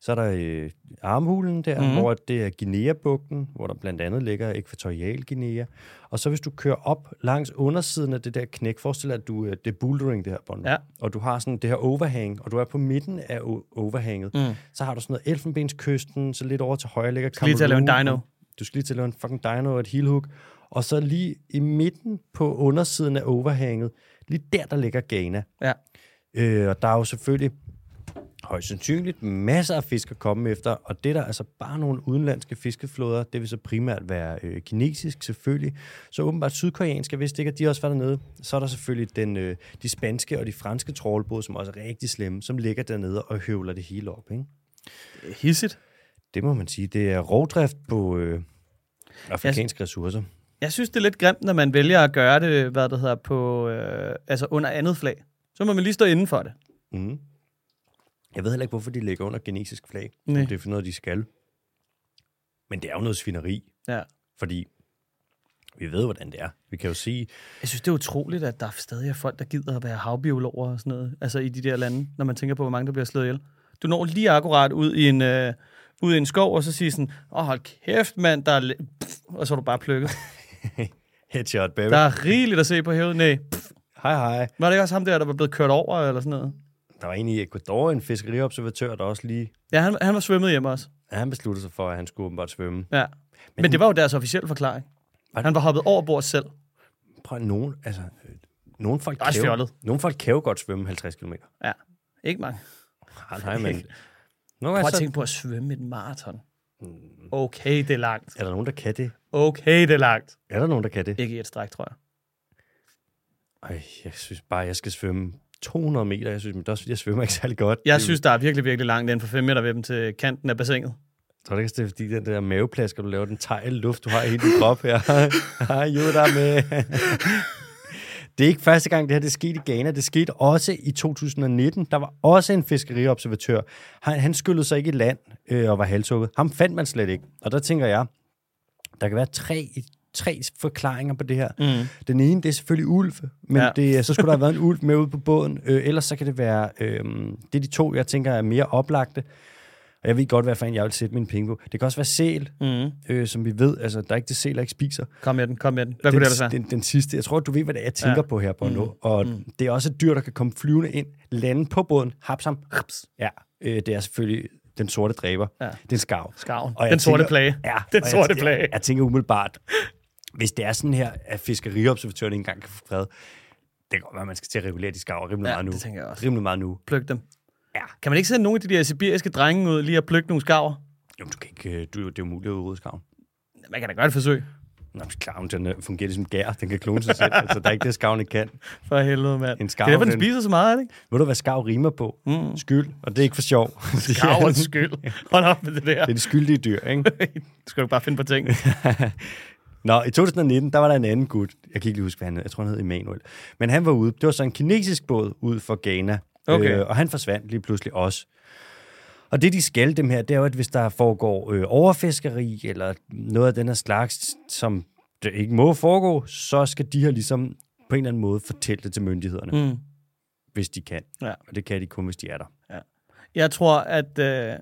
Speaker 1: Så er der øh, armhulen der,
Speaker 2: Mm-hmm.
Speaker 1: mm. hvor det er Guinea-bugten, hvor der blandt andet ligger ekvatorial Guinea. Og så hvis du kører op langs undersiden af det der knæk, forestil dig, at du, øh, det er bouldering det her bånd,
Speaker 2: Ja.
Speaker 1: og du har sådan det her overhang, og du er på midten af o- overhanget, mm. så har du sådan noget elfenbenskysten, så lidt over til højre ligger
Speaker 2: lige til at lave en
Speaker 1: Cameroon.
Speaker 2: dino.
Speaker 1: Du skal lige til at lave en fucking dino og et heel hook. Og så lige i midten på undersiden af overhanget, lige der, der ligger Ghana.
Speaker 2: Ja.
Speaker 1: Øh, og der er jo selvfølgelig højst sandsynligt masser af fisk at komme efter, og det er der altså bare nogle udenlandske fiskeflåder, det vil så primært være øh, kinesisk selvfølgelig, så åbenbart sydkoreansk, jeg vidste ikke, at de også var dernede. Så er der selvfølgelig den, øh, de spanske og de franske trålbåde, som også er rigtig slemme, som ligger dernede og høvler det hele op. Ikke?
Speaker 2: Hissigt.
Speaker 1: Det må man sige, det er rovdrift på øh, afrikanske ressourcer.
Speaker 2: Jeg synes, det er lidt grimt, når man vælger at gøre det, hvad det hedder, på, øh, altså under andet flag. Så må man lige stå inden for det.
Speaker 1: Mm. Jeg ved heller ikke, hvorfor de ligger under genetisk flag.
Speaker 2: Nej.
Speaker 1: Om det er for noget, de skal. Men det er jo noget svineri,
Speaker 2: Ja.
Speaker 1: fordi vi ved, hvordan det er. Vi kan jo sige,
Speaker 2: Jeg synes, det er utroligt, at der er stadig er folk, der gider at være havbiologer og sådan noget, altså i de der lande, når man tænker på, hvor mange der bliver slået ihjel. Du når lige akkurat ud i en, øh, ud i en skov, og så siger sådan, åh, oh, hold kæft, mand, der er... le- Pff, og så er du bare plukket.
Speaker 1: headshot, baby.
Speaker 2: Der
Speaker 1: Der.
Speaker 2: er rigeligt at se på hævet. Nej, Pff,
Speaker 1: Hej, hej.
Speaker 2: var det ikke også ham der, der var blevet kørt over eller sådan noget?
Speaker 1: Der var en i Ecuador, en fiskeriobservatør, der også lige...
Speaker 2: Ja, han, han var svømmet hjemme også.
Speaker 1: Ja, han besluttede sig for, at han skulle åbenbart svømme.
Speaker 2: Ja. Men, Men det var jo deres officielle forklaring.
Speaker 1: Var det-
Speaker 2: Han var hoppet over bord selv.
Speaker 1: Prøv at nogen, altså... øh, Nogle folk,
Speaker 2: er også
Speaker 1: kan jo,
Speaker 2: fjollet.
Speaker 1: nogle folk kan jo godt svømme 50 km.
Speaker 2: Ja, ikke mange.
Speaker 1: Nej, nej, men... Nogle
Speaker 2: Prøv
Speaker 1: gange,
Speaker 2: at
Speaker 1: så,
Speaker 2: tænke på at svømme et maraton. Okay, det er langt.
Speaker 1: er der nogen, der kan det?
Speaker 2: Okay, det er langt.
Speaker 1: Er der nogen, der kan det?
Speaker 2: Ikke i et stræk, tror jeg.
Speaker 1: Ej, jeg synes bare, jeg skal svømme 200 meter. Jeg synes, men det er også, fordi jeg svømmer ikke særlig godt.
Speaker 2: Jeg synes, der er virkelig, virkelig langt den fra 5 meter ved dem til kanten af bassinet.
Speaker 1: Så det ikke, det er fordi den der maveplasker, du laver den tegl luft, du har i din krop her. Hej, jo der med. Det er ikke første gang, det her det skete i Ghana. Det skete også i 2019. Der var også en fiskeriobservatør. Han, han skyllede sig ikke i land øh, og var halshugget. Ham fandt man slet ikke. Og der tænker jeg, der kan være tre, tre forklaringer på det her. Mm. Den ene, det er selvfølgelig ulve, men ja. det, så skulle der have været en ulv med ude på båden. Øh, ellers så kan det være, øh, det er de to, jeg tænker er mere oplagte. Og jeg ved godt, hvad fanden jeg vil sætte mine penge på. Det kan også være sæl,
Speaker 2: Mhm.
Speaker 1: mm. øh, som vi ved. Altså, der er ikke det sæl, der ikke spiser.
Speaker 2: Kom med den, kom med den. Hvad den, kunne det være? Mhm.
Speaker 1: Den, den sidste. Jeg tror, du ved, hvad det er, jeg tænker ja. på her på mm. nu. Og mm. det er også et dyr, der kan komme flyvende ind, lande på båden, haps ham. Haps. Ja, øh, det er selvfølgelig den sorte dræber. Ja. Det er en skarv.
Speaker 2: Skarven. Og den sorte tænker, plage.
Speaker 1: Ja,
Speaker 2: den sorte
Speaker 1: jeg,
Speaker 2: plage.
Speaker 1: Jeg, jeg tænker umiddelbart, hvis det er sådan her, at fiskeriobservatøren ikke engang kan få fred, det kan godt være, at man skal til at regulere de skarver rimelig ja, meget nu.
Speaker 2: det tænker jeg også.
Speaker 1: Rimelig meget nu.
Speaker 2: Pløk dem.
Speaker 1: Ja.
Speaker 2: Kan man ikke sende nogle af de der sibiriske drenge ud lige at plukke nogle skarver?
Speaker 1: Jo, du kan ikke, øh, du, det er jo muligt at udrydde skarven.
Speaker 2: Man kan da gøre et forsøg.
Speaker 1: Nå, men skarven, den fungerer ligesom gær. Den kan klone sig selv. altså, der er ikke det, skarven ikke kan.
Speaker 2: For helvede, mand. En skarv, det er derfor, den, den spiser så meget, er det ikke?
Speaker 1: Ved du, hvad skarv rimer på? Mm. Skyld. Og det er ikke for sjov.
Speaker 2: Skarvens skyld. Hold op med det der.
Speaker 1: Det er de skyldige dyr, ikke?
Speaker 2: du skal jo bare finde på ting.
Speaker 1: Nå, i 2019, der var der en anden gut. Jeg kan ikke lige huske, hvad han hed. Jeg tror, han hed Emanuel. Men han var ude. Det var så en kinesisk båd ud for Ghana. Okay. Øh, og han forsvandt lige pludselig også. Og det, de skal dem her, det er jo, at hvis der foregår øh, overfiskeri eller noget af den her slags, som det ikke må foregå, så skal de her ligesom på en eller anden måde fortælle det til myndighederne, mm. hvis de kan. Ja. Og det kan de kun, hvis de er der.
Speaker 2: Ja. Jeg tror, at... Øh,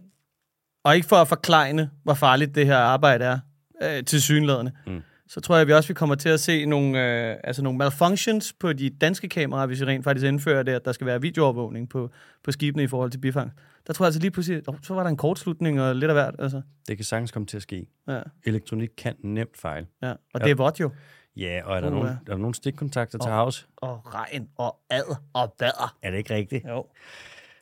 Speaker 2: og ikke for at forklejne, hvor farligt det her arbejde er, øh, til synlædende, mm. så tror jeg, at vi også vi kommer til at se nogle, øh, altså nogle malfunctions på de danske kameraer, hvis vi rent faktisk indfører det, at der skal være videoovervågning på, på skibene i forhold til bifang. Der tror jeg altså lige pludselig, oh, så var der en kortslutning og lidt af hvert. Altså.
Speaker 1: Det kan sagtens komme til at ske. Ja. Elektronik kan nemt fejle.
Speaker 2: Ja. Og ja. det er vådt jo.
Speaker 1: Ja, og er der, uh, nogen, er der nogen stikkontakter til havs?
Speaker 2: Og regn og ad og bader.
Speaker 1: Er det ikke rigtigt?
Speaker 2: Jo.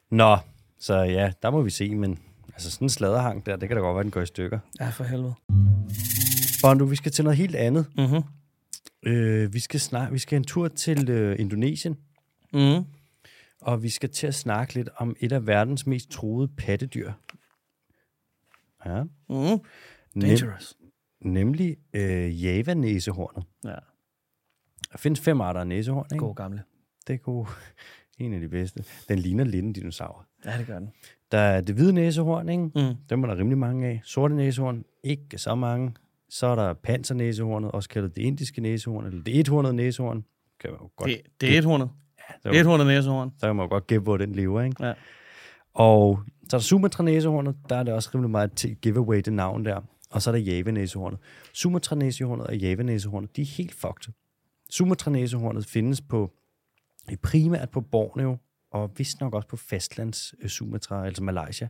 Speaker 1: Nå, så ja, der må vi se, men altså sådan en sladerhang der, det kan da godt være, den går i stykker.
Speaker 2: Ja, for helvede.
Speaker 1: Bondo, vi skal til noget helt andet. Mm-hmm. Øh, vi, skal snak, vi skal en tur til øh, Indonesien. Mm. Og vi skal til at snakke lidt om et af verdens mest troede pattedyr. Ja.
Speaker 2: Mm. Dangerous.
Speaker 1: Nem, nemlig øh, Java-næsehornet. Ja. Der findes fem arter af næsehorn, ikke?
Speaker 2: God gamle.
Speaker 1: Det er god. En af de bedste. Den ligner lidt en dinosaur.
Speaker 2: Ja, det gør den.
Speaker 1: Der er det hvide næsehorn, ikke? Mm. Dem er der rimelig mange af. Sorte næsehorn, ikke så mange. Så er der pansernæsehornet, også kaldet det indiske næsehorn, eller det ethornede næsehorn. Kan man jo godt
Speaker 2: det, det er ethornet. Ja, det er ethornet næsehorn.
Speaker 1: Der kan man jo godt gætte, hvor den lever, ikke? Ja. Og så er der Sumatra-næsehornet, der er det også rimelig meget til giveaway, det navn der. Og så er der Java-næsehornet. Sumatra-næsehornet og Java-næsehornet, de er helt fucked. Sumatra-næsehornet findes på, primært på Borneo, og vist nok også på fastlands Sumatra, altså Malaysia.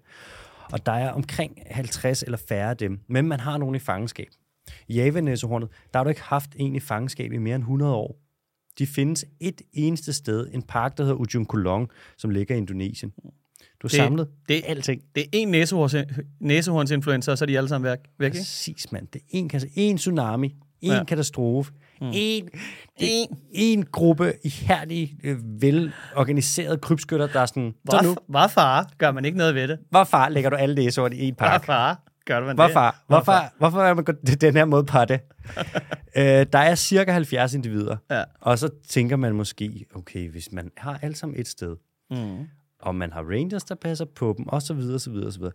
Speaker 1: Og der er omkring 50 eller færre af dem, men man har nogen i fangenskab. Javanæsehornet, der har du ikke haft en i fangenskab i mere end 100 år. De findes et eneste sted, en park, der hedder Ujungkulong, som ligger i Indonesien. Du har
Speaker 2: det,
Speaker 1: samlet
Speaker 2: det er alting. Det er én næsehorns, næsehornsinfluencer, og så er de alle sammen væk. væk ikke?
Speaker 1: Præcis, mand. Det er én, altså, én tsunami, én ja. katastrofe, Mm. En, en, en gruppe ihærdige, øh, velorganiserede krybskytter, der er sådan...
Speaker 2: Hvor, så nu, hvor far gør man ikke noget ved det?
Speaker 1: Hvor far lægger du alle det sort i en pakke?
Speaker 2: Hvor far gør man
Speaker 1: hvorfor, det? Hvorfor, hvorfor, hvorfor er man gået den her måde på det? øh, der er cirka 70 individer, ja. og så tænker man måske, okay, hvis man har alle sammen et sted, mm. og man har rangers, der passer på dem, og så videre, så videre, så videre.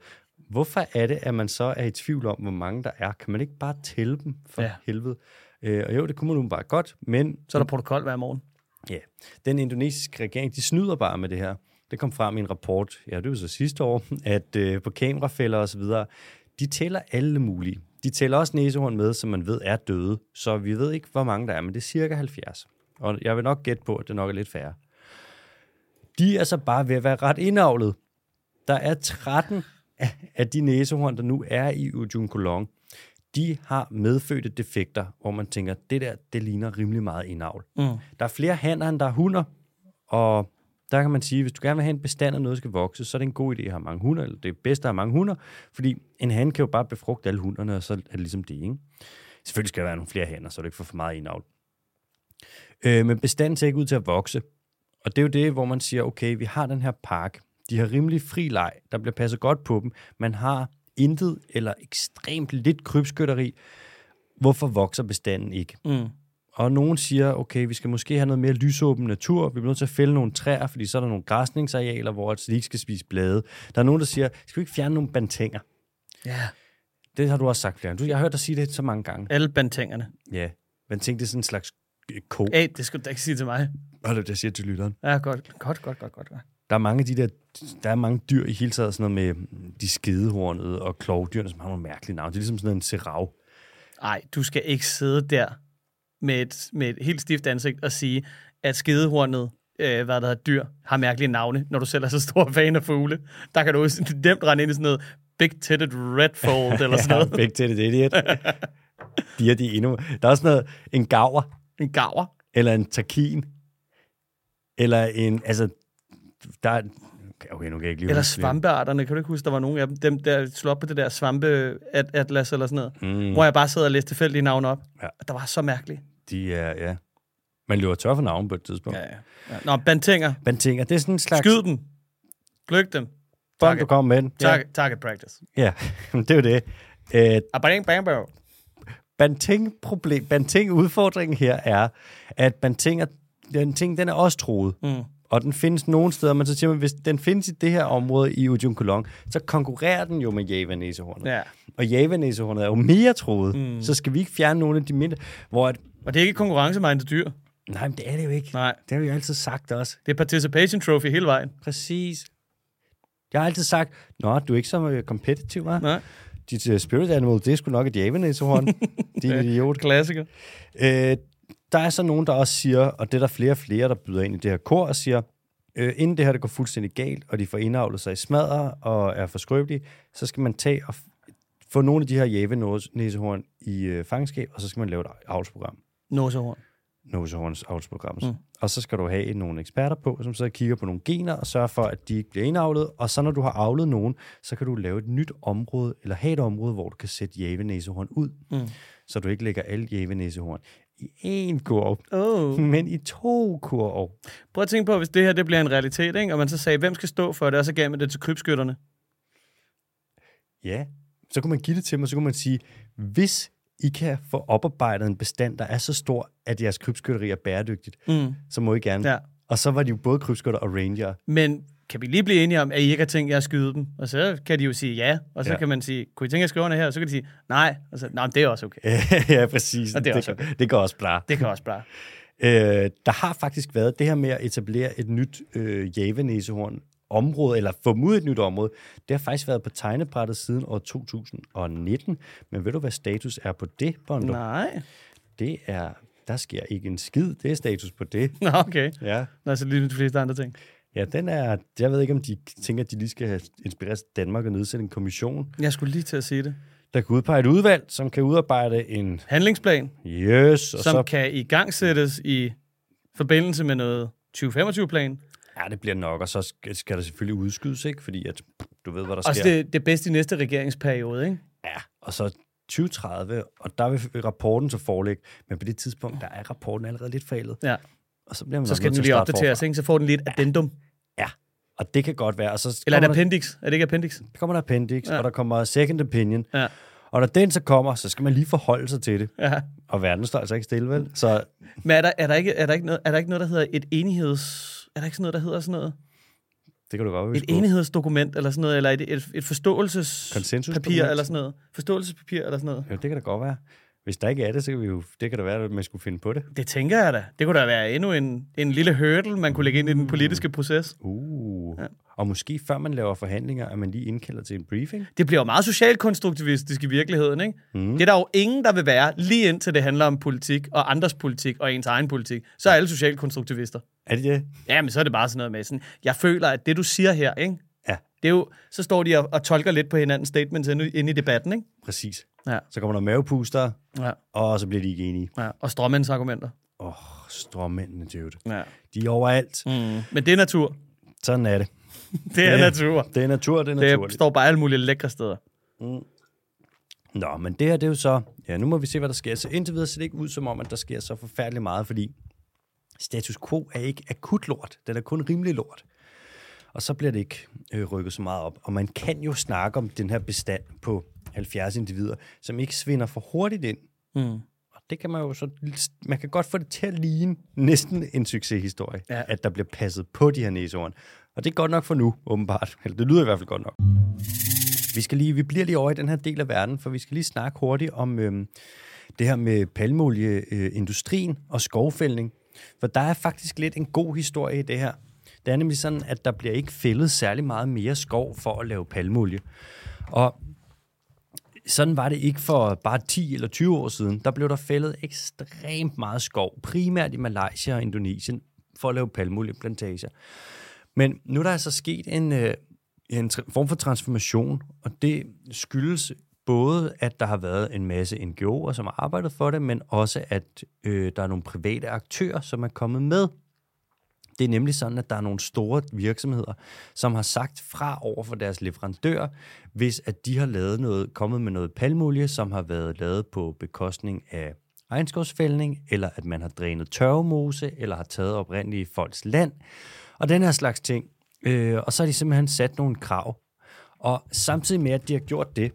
Speaker 1: Hvorfor er det, at man så er i tvivl om, hvor mange der er? Kan man ikke bare tælle dem for ja. helvede? Øh, og jo, det kunne man nu bare godt, men...
Speaker 2: Så er der protokol hver morgen.
Speaker 1: Ja. Den indonesiske regering, de snyder bare med det her. Det kom frem i en rapport, ja, det var så sidste år, at øh, på kamerafælder og så videre, de tæller alle mulige. De tæller også næsehorn med, som man ved er døde, så vi ved ikke, hvor mange der er, men det er cirka 70. Og jeg vil nok gætte på, at det nok er lidt færre. De er så bare ved at være ret indavlet. Der er 13 af de næsehorn, der nu er i Ujungkolong, de har medfødte defekter, hvor man tænker, det der, det ligner rimelig meget indavl. Mm. Der er flere hanner, end der er hunder, og der kan man sige, hvis du gerne vil have en bestand, og noget skal vokse, så er det en god idé at have mange hunder, eller det er bedst at have mange hunder, fordi en han kan jo bare befrugte alle hunderne, og så er det ligesom det, ikke? Selvfølgelig skal der være nogle flere hanner, så det ikke får for meget indavl. Øh, men bestanden ser ikke ud til at vokse. Og det er jo det, hvor man siger, okay, vi har den her park. De har rimelig fri leg. Der bliver passet godt på dem. Man har intet eller ekstremt lidt krybskytteri. Hvorfor vokser bestanden ikke?
Speaker 2: Mm.
Speaker 1: Og nogen siger, okay, vi skal måske have noget mere lysåben natur. Vi bliver nødt til at fælde nogle træer, fordi så er der nogle græsningsarealer, hvor de ikke skal spise blade. Der er nogen, der siger, skal vi ikke fjerne nogle bantænger?
Speaker 2: Ja. Yeah.
Speaker 1: Det har du også sagt flere gange. Du- Jeg har hørt dig sige det så mange gange.
Speaker 2: Alle bantængerne.
Speaker 1: Ja. Man tænkte, det er sådan en slags øh, ko.
Speaker 2: Hey, det skulle du da ikke sige til mig.
Speaker 1: Hold da, op, jeg siger til lytteren.
Speaker 2: Ja, godt, godt, godt, godt, godt.
Speaker 1: Der er mange af de der, der er mange dyr i hele taget, sådan noget med mm, de skidehornede og klovdyrene, som har nogle mærkelige navne. Det er ligesom sådan en serav.
Speaker 2: Nej, du skal ikke sidde der med et, med et helt stift ansigt og sige, at skidehornet, øh, hvad der hedder, dyr, har mærkelige navne, når du selv er så stor fan af fugle. Der kan du jo nemt rende ind i sådan noget big-titted redfold eller sådan noget.
Speaker 1: Begge til det, det er det. De er de er endnu. Der er også noget, en gaver,
Speaker 2: En gaver.
Speaker 1: eller en takin, eller en, altså, der er, okay, okay, nu kan jeg ikke lige
Speaker 2: Eller
Speaker 1: huske det.
Speaker 2: svampearterne, kan du ikke huske, der var nogen af dem, dem der slog op på det der svampeatlas eller sådan noget, mm. hvor jeg bare sad og læste tilfældige navne op.
Speaker 1: Ja.
Speaker 2: Og Der var så mærkeligt.
Speaker 1: De er, ja. Man løber tør for navn på et tidspunkt. Ja.
Speaker 2: ja. Nå, bantænger.
Speaker 1: Man tænker, det er sådan en slags...
Speaker 2: Skyd dem. Gløk dem.
Speaker 1: Fuck, du kom med den.
Speaker 2: Target, target practice.
Speaker 1: Ja, ja. det er jo det. Øh,
Speaker 2: Ah, bang, bang, bang.
Speaker 1: Banting-problem, Banting-udfordringen her er, at Banting, er, den, ting, den er også troet. Mm. Og den findes nogle steder, men så siger man, hvis den findes i det her område i Ujungkolong, så konkurrerer den jo med Javanæsehornet.
Speaker 2: Ja.
Speaker 1: Og Javanæsehornet er jo mere troet, mm. så skal vi ikke fjerne nogle af de mindre, hvor at,
Speaker 2: Og det er ikke konkurrencemindet dyr.
Speaker 1: nej, men det er det jo ikke.
Speaker 2: Nej.
Speaker 1: Det har vi jo altid sagt også.
Speaker 2: Det er participation trophy hele vejen.
Speaker 1: Præcis. Jeg har altid sagt, nå, du er ikke så kompetitiv, hva'?
Speaker 2: Nej.
Speaker 1: Dit øh, spirit animal, det er sgu nok et Javanæsehorn. Din idiot.
Speaker 2: Klassiker.
Speaker 1: Øh, der er så nogen, der også siger, og det er der flere og flere, der byder ind i det her kor og siger, øh, inden det her det går fuldstændig galt, og de får indavlet sig i smadre og er for skrøbelige, så skal man tage og f- få nogle af de her jævenæsehorn i øh, fangenskab, og så skal man lave et avlsprogram.
Speaker 2: Nosehorn.
Speaker 1: Nåsehorns avlsprogram. Mm. Og så skal du have nogle eksperter på, som så kigger på nogle gener og sørger for, at de ikke bliver indavlet. Og så når du har avlet nogen, så kan du lave et nyt område, eller have et område, hvor du kan sætte jævenæsehorn ud. Mm. Så du ikke lægger alle jævenæsehorn i én kurv,
Speaker 2: Oh.
Speaker 1: men i to kurv.
Speaker 2: Prøv at tænke på, hvis det her det bliver en realitet, ikke? og man så sagde, hvem skal stå for det, og så gav man det til krybskytterne.
Speaker 1: Ja, så kunne man give det til mig, så kunne man sige, hvis I kan få oparbejdet en bestand, der er så stor, at jeres krybskytteri er bæredygtigt, mm. så må I gerne.
Speaker 2: Ja.
Speaker 1: Og så var de jo både krybskytter og ranger.
Speaker 2: Men kan vi lige blive enige om, at I ikke har tænkt jer at skyde dem? Og så kan de jo sige ja, og så
Speaker 1: Ja.
Speaker 2: ja. kan man sige, kunne I tænke jer at skrive under her? Og så kan de sige nej, og så, nej, men det er også okay.
Speaker 1: ja, præcis.
Speaker 2: Og det er også
Speaker 1: går, det går også bra.
Speaker 2: Det kan også bare.
Speaker 1: Øh, der har faktisk været det her med at etablere et nyt øh, javanæsehorn område, eller få dem ud i et nyt område, det har faktisk været på tegnebrættet siden år 2019. Men ved du, hvad status er på det, Bondo?
Speaker 2: Nej.
Speaker 1: Det er, der sker ikke en skid. Det er status på det.
Speaker 2: Nå, okay.
Speaker 1: Ja.
Speaker 2: Nå, så lige de fleste andre ting.
Speaker 1: Ja, den er, jeg ved ikke, om de tænker, at de lige skal have inspireret Danmark og nedsætte en kommission,
Speaker 2: Jeg skulle lige til at sige det.
Speaker 1: der kan udpege et udvalg, som kan udarbejde en
Speaker 2: Handlingsplan,
Speaker 1: yes, og
Speaker 2: som
Speaker 1: så...
Speaker 2: kan igangsættes i forbindelse med noget 2025-plan.
Speaker 1: Ja, det bliver nok, og så skal, skal der selvfølgelig udskydes, ikke? Fordi at, du ved, hvad der
Speaker 2: Også
Speaker 1: sker.
Speaker 2: det, det bedste i næste regeringsperiode, ikke?
Speaker 1: Ja, og så 2030, og der vil rapporten så foreligge. Men på det tidspunkt, der er rapporten allerede lidt forældet.
Speaker 2: Ja.
Speaker 1: Og så bliver man
Speaker 2: Så
Speaker 1: nok
Speaker 2: skal
Speaker 1: nødt
Speaker 2: den
Speaker 1: til
Speaker 2: lige
Speaker 1: at starte
Speaker 2: opdateres, ikke? Så får den lige et addendum.
Speaker 1: forfra. Ja, og det kan godt være. Og så
Speaker 2: Eller et
Speaker 1: kommer, der,
Speaker 2: appendix. Er det ikke appendix?
Speaker 1: der kommer der appendix, ja. og der kommer second opinion.
Speaker 2: Ja.
Speaker 1: Og når den så kommer, så skal man lige forholde sig til det.
Speaker 2: Ja.
Speaker 1: Og verden står altså ikke stille, vel? Så
Speaker 2: Men er der, er, der ikke, er, der ikke noget, er der ikke noget, der hedder et enigheds... Er der ikke sådan noget, der hedder sådan noget?
Speaker 1: det kan du godt være, vi
Speaker 2: Et
Speaker 1: skulle.
Speaker 2: enighedsdokument eller sådan noget, eller et, et, et forståelsespapir
Speaker 1: Konsensusdokument?
Speaker 2: eller sådan noget. Forståelsespapir eller sådan noget.
Speaker 1: Jo, det kan da godt være. Hvis der ikke er det, så kan vi jo... Det kan da være, at man skulle finde på det.
Speaker 2: Det tænker jeg da. Det kunne da være endnu en, en lille hurdle, man kunne lægge ind i den politiske proces.
Speaker 1: Uh. Ja. Og måske før man laver forhandlinger, at man lige indkalder til en briefing.
Speaker 2: Det bliver jo meget socialkonstruktivistisk i virkeligheden, ikke? Mm. Det er der jo ingen, der vil være, lige indtil det handler om politik og andres politik og ens egen politik. Så er alle socialkonstruktivister.
Speaker 1: Er det det?
Speaker 2: Jamen, så er det bare sådan noget med sådan, jeg føler, at det, du siger her, ikke?
Speaker 1: Ja,
Speaker 2: Det er jo, så står de og, og tolker lidt på hinandens statements inde, inde i debatten, ikke?
Speaker 1: præcis.
Speaker 2: Ja.
Speaker 1: Så kommer der mavepuster,
Speaker 2: ja.
Speaker 1: og så bliver de ikke enige.
Speaker 2: ja. Og strømmandsargumenter.
Speaker 1: Åh, oh, strømmændene, dude.
Speaker 2: Ja.
Speaker 1: De er overalt. Mm.
Speaker 2: Mm. Men det er natur.
Speaker 1: Sådan er det.
Speaker 2: Det er
Speaker 1: Ja.
Speaker 2: natur.
Speaker 1: Det er natur, det er
Speaker 2: Det
Speaker 1: naturligt.
Speaker 2: står bare alle mulige lækre steder.
Speaker 1: Nå, men det her, det er jo så... Ja, nu må vi se, hvad der sker. Så indtil videre ser det ikke ud som om, at der sker så forfærdeligt meget, fordi status quo er ikke akut lort, den er kun rimelig lort. Og så bliver det ikke øh, rykket så meget op. Og man kan jo snakke om den her bestand på 70 individer, som ikke svinder for hurtigt ind.
Speaker 2: Mm.
Speaker 1: Og det kan man jo så... Man kan godt få det til at ligne næsten en succeshistorie,
Speaker 2: Ja.
Speaker 1: ja. at der bliver passet på de her næsehorn. Og det er godt nok for nu, åbenbart. Eller det lyder i hvert fald godt nok. Vi, skal lige, vi bliver lige over i den her del af verden, for vi skal lige snakke hurtigt om øhm, det her med palmolieindustrien øh, industrien og skovfældning. For der er faktisk lidt en god historie i det her. Det er nemlig sådan, at der bliver ikke fældet særlig meget mere skov for at lave palmolie. Og sådan var det ikke for bare 10 eller 20 år siden. Der blev der fældet ekstremt meget skov, primært i Malaysia og Indonesien, for at lave palmolieplantager. Men nu er der altså sket en, øh, en tr- form for transformation, og det skyldes både, at der har været en masse NGO'er, som har arbejdet for det, men også, at øh, der er nogle private aktører, som er kommet med. Det er nemlig sådan, at der er nogle store virksomheder, som har sagt fra over for deres leverandører, hvis at de har lavet noget, kommet med noget palmolie, som har været lavet på bekostning af egenskovsfældning, eller at man har drænet tørvemose, eller har taget oprindelige folks land, og den her slags ting. Øh, og så har de simpelthen sat nogle krav. Og samtidig med, at de har gjort det,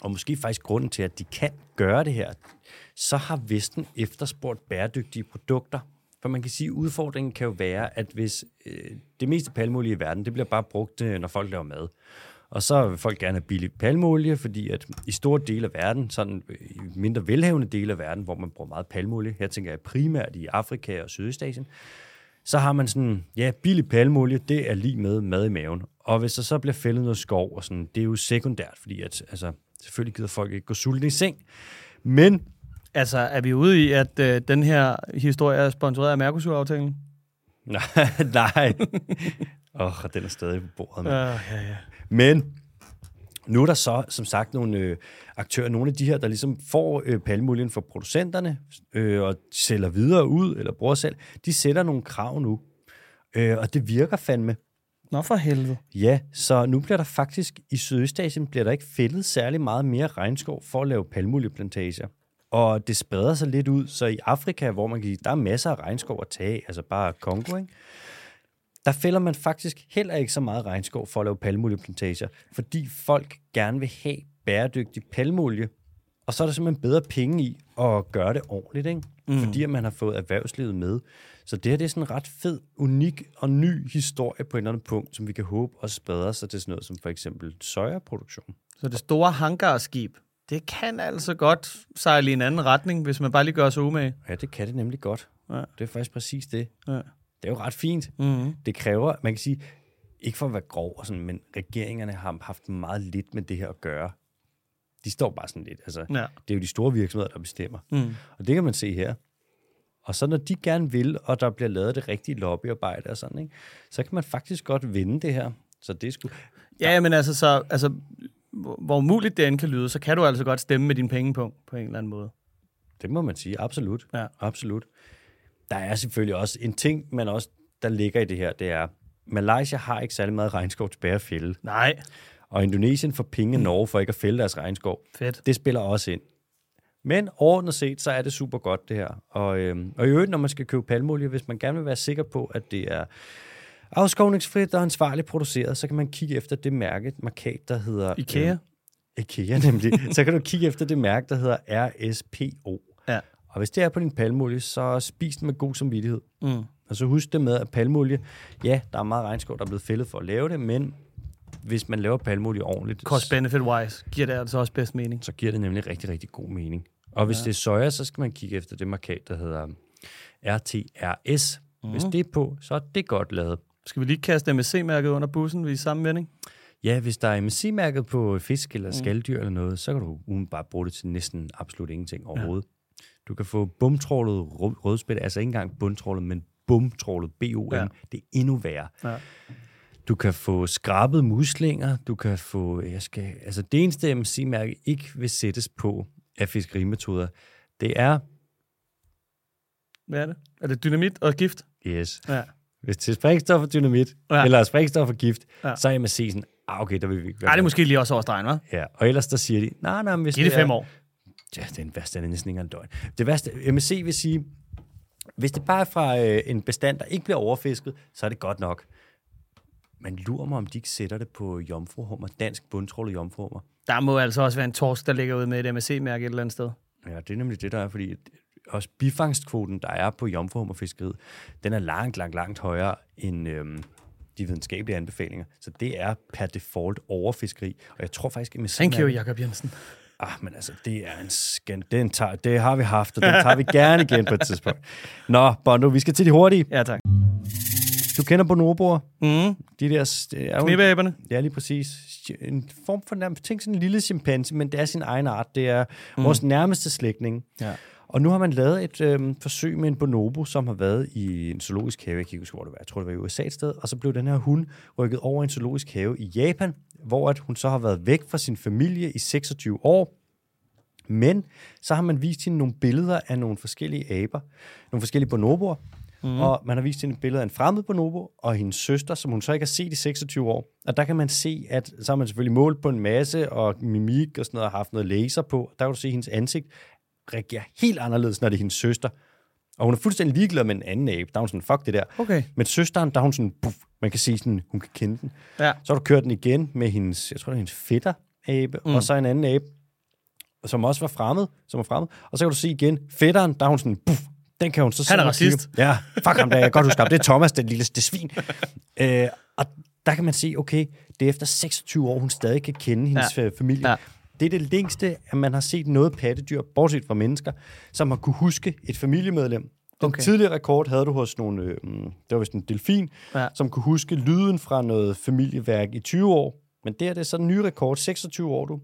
Speaker 1: og måske faktisk grunden til, at de kan gøre det her, så har Vesten efterspurgt bæredygtige produkter. For man kan sige, at udfordringen kan jo være, at hvis øh, det meste palmolie i verden, det bliver bare brugt, øh, når folk laver mad. Og så vil folk gerne have billig palmolie, fordi at i store dele af verden, sådan øh, i mindre velhavende dele af verden, hvor man bruger meget palmolie, her tænker jeg primært i Afrika og Sydøstasien, så har man sådan, ja, billig palmolie, det er lige med mad i maven. Og hvis der så bliver fældet noget skov, og sådan, det er jo sekundært, fordi at, altså, selvfølgelig gider folk ikke gå sultne i seng. Men
Speaker 2: Altså, er vi ude i, at øh, den her historie er sponsoreret af Mercosur-aftalen?
Speaker 1: Nej, nej. Åh, oh, den er stadig på bordet,
Speaker 2: Uh,
Speaker 1: mand.
Speaker 2: ja, ja.
Speaker 1: Men nu er der så, som sagt, nogle øh, aktører, nogle af de her, der ligesom får øh, palmolien fra producenterne øh, og sælger videre ud, eller bruger selv, de sætter nogle krav nu. Øh, og det virker fandme.
Speaker 2: Nå for helvede.
Speaker 1: Ja, så nu bliver der faktisk, i Sydøstasien bliver der ikke fældet særlig meget mere regnskov for at lave palmolieplantager. Og det spreder sig lidt ud, så i Afrika, hvor man kan sige, der er masser af regnskov at tage, altså bare Kongo, ikke? der fælder man faktisk heller ikke så meget regnskov for at lave palmolieplantager, fordi folk gerne vil have bæredygtig palmolie, og så er der simpelthen bedre penge i at gøre det ordentligt, ikke? Mm. fordi at man har fået erhvervslivet med. Så det her det er sådan en ret fed, unik og ny historie på et eller andet punkt, som vi kan håbe også spreder sig til sådan noget som for eksempel søjerproduktion.
Speaker 2: Så det store hangarskib, det kan altså godt sejle i en anden retning, hvis man bare lige gør sig umage.
Speaker 1: Ja, det kan det nemlig godt.
Speaker 2: Ja.
Speaker 1: Det er faktisk præcis det.
Speaker 2: Ja.
Speaker 1: Det er jo ret fint.
Speaker 2: Mm-hmm.
Speaker 1: det kræver, man kan sige, ikke for at være grov og sådan, men regeringerne har haft meget lidt med det her at gøre. De står bare sådan lidt. Altså,
Speaker 2: Ja.
Speaker 1: Det er jo de store virksomheder, der bestemmer.
Speaker 2: Mm.
Speaker 1: Og det kan man se her. Og så når de gerne vil, og der bliver lavet det rigtige lobbyarbejde og sådan, ikke, så kan man faktisk godt vinde det her. Så det er sgu...
Speaker 2: Ja, men altså, så, altså, hvor hvor umuligt det end kan lyde, så kan du altså godt stemme med din pengepunkt på en eller anden måde.
Speaker 1: Det må man sige, absolut.
Speaker 2: Ja.
Speaker 1: Absolut. Der er selvfølgelig også en ting, man også, der ligger i det her, det er, Malaysia har ikke særlig meget regnskov tilbage at fælde,
Speaker 2: Nej,
Speaker 1: og Indonesien får penge af Norge for ikke at fælde deres regnskov.
Speaker 2: fedt.
Speaker 1: Det spiller også ind. Men overordnet set, så er det super godt det her. Og, øhm, og i øvrigt, når man skal købe palmolie, hvis man gerne vil være sikker på, at det er afskovningsfrit og ansvarligt produceret, så kan man kigge efter det mærke, et markat, der hedder...
Speaker 2: IKEA?
Speaker 1: øh, IKEA nemlig. så kan du kigge efter det mærke, der hedder RSPO.
Speaker 2: Ja.
Speaker 1: Og hvis det er på din palmolie, så spis den med god samvittighed.
Speaker 2: Mm.
Speaker 1: Og så husk det med, at palmolie, ja, der er meget regnskov, der er blevet fældet for at lave det, men hvis man laver palmolie ordentligt...
Speaker 2: Cost-benefit-wise giver det altså også bedst mening.
Speaker 1: så giver det nemlig rigtig, rigtig god mening. Og hvis ja. det er soja, så skal man kigge efter det markat, der hedder RTRS. Mm. Hvis det er på, så er det godt lavet.
Speaker 2: Skal vi lige kaste MSC-mærket under bussen ved samme vending?
Speaker 1: Ja, hvis der er MSC-mærket på fisk
Speaker 2: Mm.
Speaker 1: eller skaldyr eller noget, så kan du umiddelbart bruge det til næsten absolut ingenting overhovedet. Ja. Du kan få bumtrålet rød- rødspætte, altså ikke engang bundtrålet, men bumtrålet, BOM.
Speaker 2: Ja.
Speaker 1: Ja. Det er endnu værre.
Speaker 2: Ja.
Speaker 1: Du kan få skrabede muslinger, du kan få, jeg skal, altså det eneste MC-mærke ikke vil sættes på af fiskerimetoder, det er,
Speaker 2: Hvad er det? Er det dynamit og gift?
Speaker 1: yes,
Speaker 2: Ja.
Speaker 1: hvis det er sprængstof og dynamit,
Speaker 2: Ja.
Speaker 1: ja. eller sprængstof og gift,
Speaker 2: Ja.
Speaker 1: ja. så er MSC sådan, ah okay, der vil vi ikke
Speaker 2: Ej,
Speaker 1: være
Speaker 2: det er
Speaker 1: med."
Speaker 2: måske lige også over stregen, hva'?
Speaker 1: Ja, og ellers der siger de, nej, nej, men hvis
Speaker 2: Giv det
Speaker 1: er,
Speaker 2: fem år.
Speaker 1: Ja, det er den værste, den er næsten ikke engang en døgn. Det værste, MSC vil sige, Hvis det bare er fra øh, en bestand, der ikke bliver overfisket, så er det godt nok. Man lurer mig, om de ikke sætter det på jomfruhummer, dansk bundtrålet jomfruhummer.
Speaker 2: Der må altså også være en torsk, der ligger ude med et MSC-mærke et eller andet sted.
Speaker 1: Ja, det er nemlig det, der er, fordi også bifangstkvoten, der er på jomfruhummerfiskeriet, den er langt, langt, langt højere end øhm, de videnskabelige anbefalinger. Så det er per default overfiskeri. Og jeg tror faktisk, at med
Speaker 2: Thank you, Jacob Jensen.
Speaker 1: Ah, men altså, det er en skand. Den tager, det har vi haft, og den tager vi gerne igen på et tidspunkt. Nå, Bondo, vi skal til de hurtige.
Speaker 2: Ja, tak.
Speaker 1: Du kender Bonobor?
Speaker 2: Mm.
Speaker 1: De der... det er jo-
Speaker 2: Knibæberne.
Speaker 1: Ja, lige præcis. En form for nærmest, tænk sådan en lille chimpanse, men det er sin egen art. Det er mm. vores nærmeste slægtning.
Speaker 2: Ja.
Speaker 1: Og nu har man lavet et øh, forsøg med en bonobo, som har været i en zoologisk have. Jeg kan ikke huske, hvor det var. Jeg tror, det var i USA et sted. Og så blev den her hund rykket over i en zoologisk have i Japan, hvor at hun så har været væk fra sin familie i 26 år. Men så har man vist hende nogle billeder af nogle forskellige aber, nogle forskellige bonoboer, mm. og man har vist hende et billede af en fremmed bonobo og hendes søster, som hun så ikke har set i 26 år. Og der kan man se, at så har man selvfølgelig målt på en masse, og mimik og sådan noget, og haft noget laser på. Der kan du se, at hendes ansigt reagerer helt anderledes, når det er hendes søster. Og hun er fuldstændig ligeglad med en anden abe. Der er hun sådan, fuck det der.
Speaker 2: Okay.
Speaker 1: Men søsteren, der er hun sådan, puff, man kan se sådan, hun kan kende den.
Speaker 2: Ja.
Speaker 1: Så har du kørt den igen med hendes, jeg tror det er hendes fætter abe, mm. og så en anden abe, som også var fremmed, som var fremmed. Og så kan du se igen, fætteren, der er hun sådan, puff, den kan hun så
Speaker 2: Han er
Speaker 1: sidde og kigge.
Speaker 2: racist.
Speaker 1: Ja, fuck ham, der jeg kan godt huske ham. Det er Thomas, den lille det svin. Øh, og der kan man se, okay, det er efter 26 år, hun stadig kan kende hendes
Speaker 2: Ja.
Speaker 1: ja. familie.
Speaker 2: Ja.
Speaker 1: Ja. Det er det længste, at man har set noget pattedyr, bortset fra mennesker, som har kunne huske et familiemedlem. Den
Speaker 2: Okay.
Speaker 1: okay. tidligere rekord havde du hos nogle, øh, mm, det var vist en delfin,
Speaker 2: Ja.
Speaker 1: ja. som kunne huske lyden fra noget familieværk i 20 år. Men det her, det er så den nye rekord, 26 år du.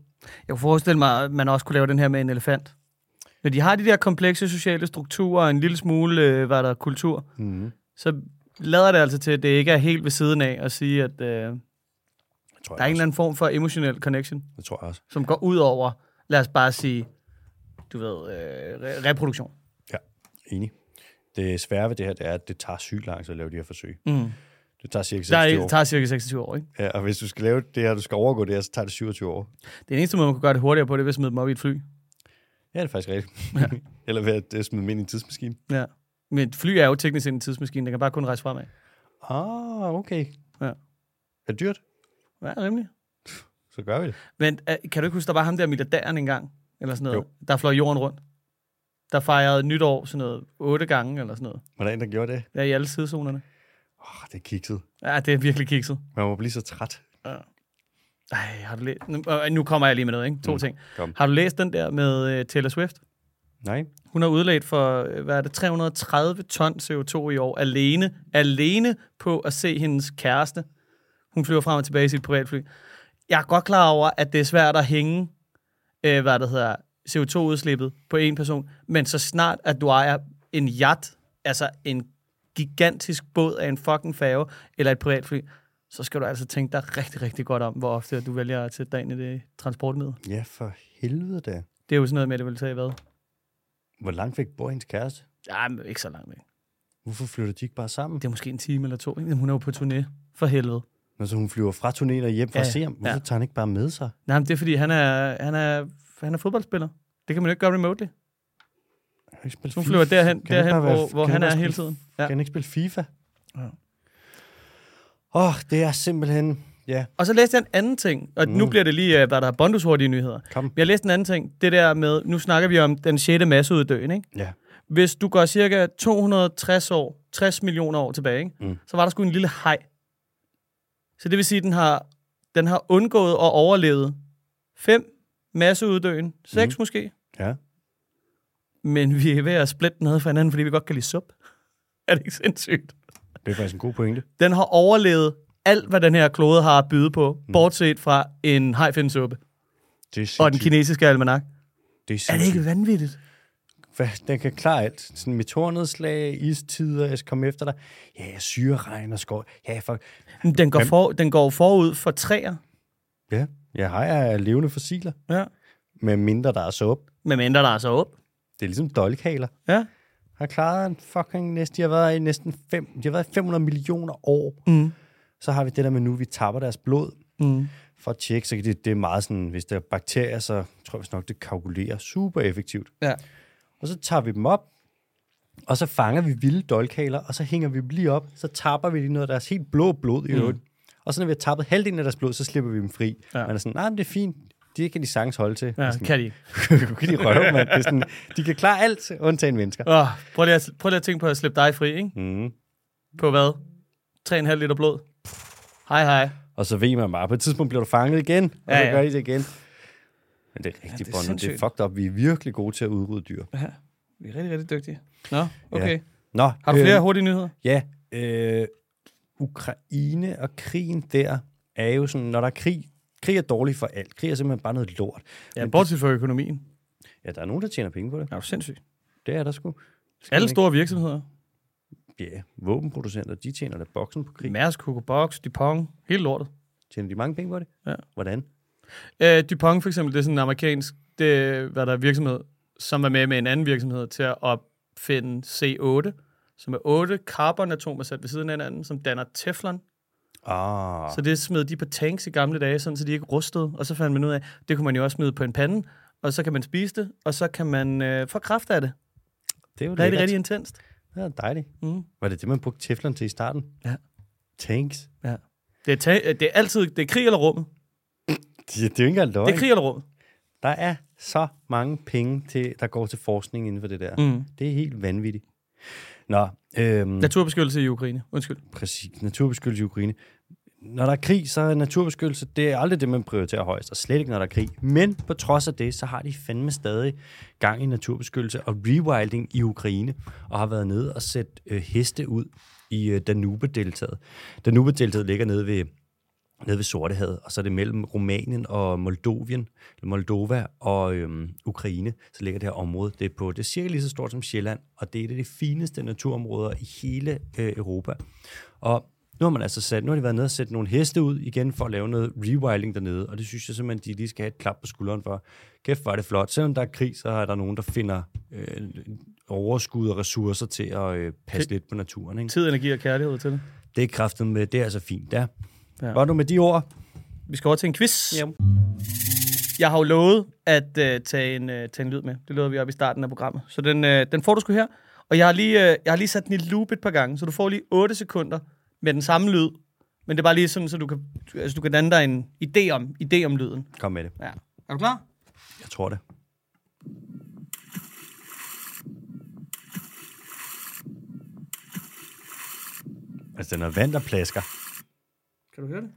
Speaker 2: Jeg kunne forestille mig, at man også kunne lave den her med en elefant. Når de har de der komplekse sociale strukturer og en lille smule øh, hvad er der, kultur,
Speaker 1: Mm.
Speaker 2: så lader det altså til, at det ikke er helt ved siden af at sige, at øh, der
Speaker 1: Jeg tror,
Speaker 2: er en
Speaker 1: jeg,
Speaker 2: eller
Speaker 1: også.
Speaker 2: anden form for emotionel connection,
Speaker 1: Det tror jeg også.
Speaker 2: som går ud over, lad os bare sige, du ved, øh, re- reproduktion.
Speaker 1: Ja, enig. Det svære ved det her, det er, at det tager sygt lang tid at lave de her forsøg.
Speaker 2: Mm.
Speaker 1: Det tager cirka
Speaker 2: Der
Speaker 1: 26
Speaker 2: er,
Speaker 1: år.
Speaker 2: tager cirka 26 år, ikke?
Speaker 1: Ja, og hvis du skal lave det her, du skal overgå det her, så tager det 27 år.
Speaker 2: Det eneste måde, man kunne gøre det hurtigere på, det er ved at smide dem op i et fly.
Speaker 1: Ja, det er faktisk rigtigt. Ja. Eller ved at øh, smide dem ind i en tidsmaskine.
Speaker 2: Ja. Men et fly er jo teknisk set en tidsmaskine, den kan bare kun rejse fremad.
Speaker 1: Ah, okay.
Speaker 2: Ja.
Speaker 1: Er det dyrt?
Speaker 2: Ja, rimelig.
Speaker 1: Så gør vi det.
Speaker 2: Men øh, kan du ikke huske, der var ham der milliardæren engang? Eller sådan noget,
Speaker 1: Jo.
Speaker 2: der fløj jorden rundt. Der fejrede nytår sådan noget otte gange eller sådan noget.
Speaker 1: Var der en, der gjorde det?
Speaker 2: Ja, i alle tidszonerne.
Speaker 1: Åh, oh, det er kikset.
Speaker 2: Ja, det er virkelig kikset.
Speaker 1: Man må blive så træt.
Speaker 2: Ej, har du læst... Nu, øh, nu kommer jeg lige med noget, ikke? To mm. ting.
Speaker 1: Kom.
Speaker 2: Har du læst den der med øh, Taylor Swift?
Speaker 1: Nej.
Speaker 2: Hun har udledt for, øh, hvad er det, 330 ton CO2 i år alene, alene på at se hendes kæreste. Hun flyver frem og tilbage i sit privatfly. Jeg er godt klar over, at det er svært at hænge, øh, hvad det hedder, CO2-udslippet på en person, men så snart, at du ejer en yacht, altså en gigantisk båd af en fucking færge eller et privatfly, så skal du altså tænke dig rigtig, rigtig godt om, hvor ofte du vælger at sætte dig ind i det transportmiddel.
Speaker 1: Ja, for helvede da.
Speaker 2: Det er jo sådan noget med, at det vil tage hvad?
Speaker 1: Hvor langt væk bor hendes kæreste?
Speaker 2: Jamen, ikke så langt væk.
Speaker 1: Hvorfor flytter de ikke bare sammen?
Speaker 2: Det er måske en time eller to. ikke? Jamen, Hun er jo på turné. For helvede.
Speaker 1: Når så hun flyver fra turnéen og hjem for
Speaker 2: Ja,
Speaker 1: ja, at se ham, hvorfor
Speaker 2: ja.
Speaker 1: ja. tager han ikke bare med sig?
Speaker 2: Nej, men det er fordi, han er, han er, han er fodboldspiller. Det kan man jo ikke gøre remotely.
Speaker 1: Han kan ikke spille
Speaker 2: Så hun
Speaker 1: FIFA.
Speaker 2: flyver derhen,
Speaker 1: Kan han
Speaker 2: derhen
Speaker 1: ikke bare være-
Speaker 2: hvor, hvor
Speaker 1: kan
Speaker 2: han er
Speaker 1: bare
Speaker 2: hele
Speaker 1: spille-
Speaker 2: tiden. Ja.
Speaker 1: Kan han ikke spille FIFA?
Speaker 2: Ja.
Speaker 1: Åh, oh, det er simpelthen... Ja,
Speaker 2: Og så læste jeg en anden ting, og mm. nu bliver det lige, øh, hvad der er bondus hurtige nyheder.
Speaker 1: Kom.
Speaker 2: Men Jeg læste en anden ting, det der med, nu snakker vi om den 6. masseuddøen, ikke?
Speaker 1: ja.
Speaker 2: Hvis du går cirka 260 år, 60 millioner år tilbage, ikke? Mm. så var der sgu en lille hej. Så det vil sige, at den har, den har undgået og overlevet fem masseuddøen, seks mm. måske,
Speaker 1: ja.
Speaker 2: men vi er ved at splitte den ad fra hinanden, fordi vi godt kan lide sup. Er det ikke sindssygt?
Speaker 1: Det er faktisk en god pointe.
Speaker 2: Den har overlevet alt, hvad den her klode har at byde på, mm. bortset fra en hajfinsuppe
Speaker 1: Det er
Speaker 2: og den
Speaker 1: sindssygt.
Speaker 2: kinesiske almanak.
Speaker 1: Det er,
Speaker 2: Er det
Speaker 1: sindssygt.
Speaker 2: ikke vanvittigt?
Speaker 1: Hvad- Den kan klare alt. Sådan med tornedslag, istider, jeg skal komme efter dig. Ja, jeg syre, regn og skov. Ja, fuck.
Speaker 2: Men Den går, for, den går forud for træer.
Speaker 1: Ja, jeg har jeg levende fossiler.
Speaker 2: Ja.
Speaker 1: Med mindre der er så op.
Speaker 2: Med mindre der er så op.
Speaker 1: Det er ligesom dolkhaler.
Speaker 2: Ja.
Speaker 1: har klaret en fucking næste, de har været i næsten fem, de har været i 500 millioner år.
Speaker 2: Mm.
Speaker 1: Så har vi det der med nu, vi tapper deres blod
Speaker 2: Mm.
Speaker 1: for at tjekke, så kan det, det er meget sådan, hvis der er bakterier, så tror jeg vist nok, det kalkulerer super effektivt.
Speaker 2: ja.
Speaker 1: Og så tager vi dem op, Og så fanger vi vilde dolkaler, og så hænger vi dem lige op, så tapper vi lige noget af deres helt blå blod i øvrigt. Mm. Og så når vi har tappet halvdelen af deres blod, så slipper vi dem fri.
Speaker 2: Ja.
Speaker 1: Ja. Man er sådan, nej, men det er fint. Det kan de sagtens holde til.
Speaker 2: Ja,
Speaker 1: Man er sådan,
Speaker 2: kan de.
Speaker 1: du kan de røve, mand. Det er sådan, de kan klare alt, undtagen mennesker.
Speaker 2: Oh, prøv, lige at, prøv lige at tænke på at slippe dig fri, ikke?
Speaker 1: Mm.
Speaker 2: På hvad? 3,5 liter blod. Hej, hej.
Speaker 1: Og så ved man bare, på et tidspunkt bliver du fanget igen, og ja,
Speaker 2: Ja,
Speaker 1: så
Speaker 2: ja.
Speaker 1: gør de det igen. Men det er rigtig ja, det,
Speaker 2: det er
Speaker 1: det er
Speaker 2: sindssygt.
Speaker 1: fucked up. Vi er virkelig gode til at udrydde dyr.
Speaker 2: Ja, vi er rigtig, rigtig dygtige. Nå, okay. Ja.
Speaker 1: Nå,
Speaker 2: Har du flere
Speaker 1: Øh,
Speaker 2: hurtige nyheder?
Speaker 1: ja, øh, Ukraine og krigen der er jo sådan, når der er krig, krig er dårligt for alt. Krig er simpelthen bare noget lort.
Speaker 2: Ja, bortset fra økonomien.
Speaker 1: Ja, der er nogen, der tjener penge på det.
Speaker 2: Ja, det er sindssygt.
Speaker 1: Det er der sgu. Skal
Speaker 2: Alle
Speaker 1: man
Speaker 2: store virksomheder.
Speaker 1: ikke- Ja, våbenproducenter, de tjener da boksen på krig.
Speaker 2: Mærsk, Hugo Box, Dupont, hele lortet.
Speaker 1: Tjener de mange penge på det?
Speaker 2: Ja.
Speaker 1: Hvordan?
Speaker 2: Øh, Dupont for eksempel, det er sådan en amerikansk det, hvad der er, virksomhed, som er med med en anden virksomhed til at opfinde C8, som er otte carbonatomer sat ved siden af hinanden, som danner teflon.
Speaker 1: Ah,
Speaker 2: Så det smed de på tanks i gamle dage, sådan, så de ikke rustede. Og så fandt man ud af, det kunne man jo også smide på en pande, og så kan man spise det, og så kan man øh, få kraft af det.
Speaker 1: det er jo
Speaker 2: Det
Speaker 1: lækkert.
Speaker 2: er rigtig, rigtig intenst.
Speaker 1: Det er dejligt.
Speaker 2: Mm.
Speaker 1: Var det det, man brugte teflon til i starten?
Speaker 2: Ja.
Speaker 1: Tanks.
Speaker 2: Ja. Det, er ta- det er altid det er krig eller rummet.
Speaker 1: Det, det er jo ikke engang løgn.
Speaker 2: Det er krig eller rummet.
Speaker 1: Der er så mange penge, til, der går til forskning inden for det der.
Speaker 2: Mm.
Speaker 1: Det er helt vanvittigt. Nå, øhm,
Speaker 2: Naturbeskyttelse i Ukraine. Undskyld.
Speaker 1: præcis. Naturbeskyttelse i Ukraine. Når der er krig, så er naturbeskyttelse, det er aldrig det, man prioriterer højst, og slet ikke, når der er krig. Men på trods af det, så har de fandme stadig gang i naturbeskyttelse og rewilding i Ukraine, og har været nede og sætte øh, heste ud i øh, Danube-deltaget. Danube-deltaget ligger nede ved, nede ved Sortehavet, og så er det mellem Rumænien og Moldovien, eller Moldova og øhm, Ukraine, så ligger det her område. Det er på det er cirka lige så stort som Sjælland, og det er et af de fineste naturområder i hele øh, Europa. Og nu har man altså sat, nu har de været nede og sætte nogle heste ud igen for at lave noget rewilding dernede, og det synes jeg simpelthen, de lige skal have et klap på skulderen for. Kæft, var det flot. Selvom der er krig, så er der nogen, der finder øh, overskud og ressourcer til at øh, passe lidt på naturen. Ikke?
Speaker 2: Tid, energi og kærlighed til det.
Speaker 1: Det er kraftet med, det er altså fint, ja.
Speaker 2: Ja.
Speaker 1: ja. Var du med de ord?
Speaker 2: Vi skal over til en quiz.
Speaker 1: Ja.
Speaker 2: Jeg har jo lovet at øh, tage, en, øh, tage en lyd med. Det lovede vi op i starten af programmet. Så den, øh, den får du sgu her. Og jeg har, lige, øh, jeg har lige sat den i loop et par gange, så du får lige 8 sekunder med den samme lyd. Men det er bare lige sådan, så du kan, altså, du kan danne dig en idé om, idé om lyden.
Speaker 1: Kom med det.
Speaker 2: Ja. Er du klar?
Speaker 1: Jeg tror det. Altså, den er vand, der plasker.
Speaker 2: Kan du høre det?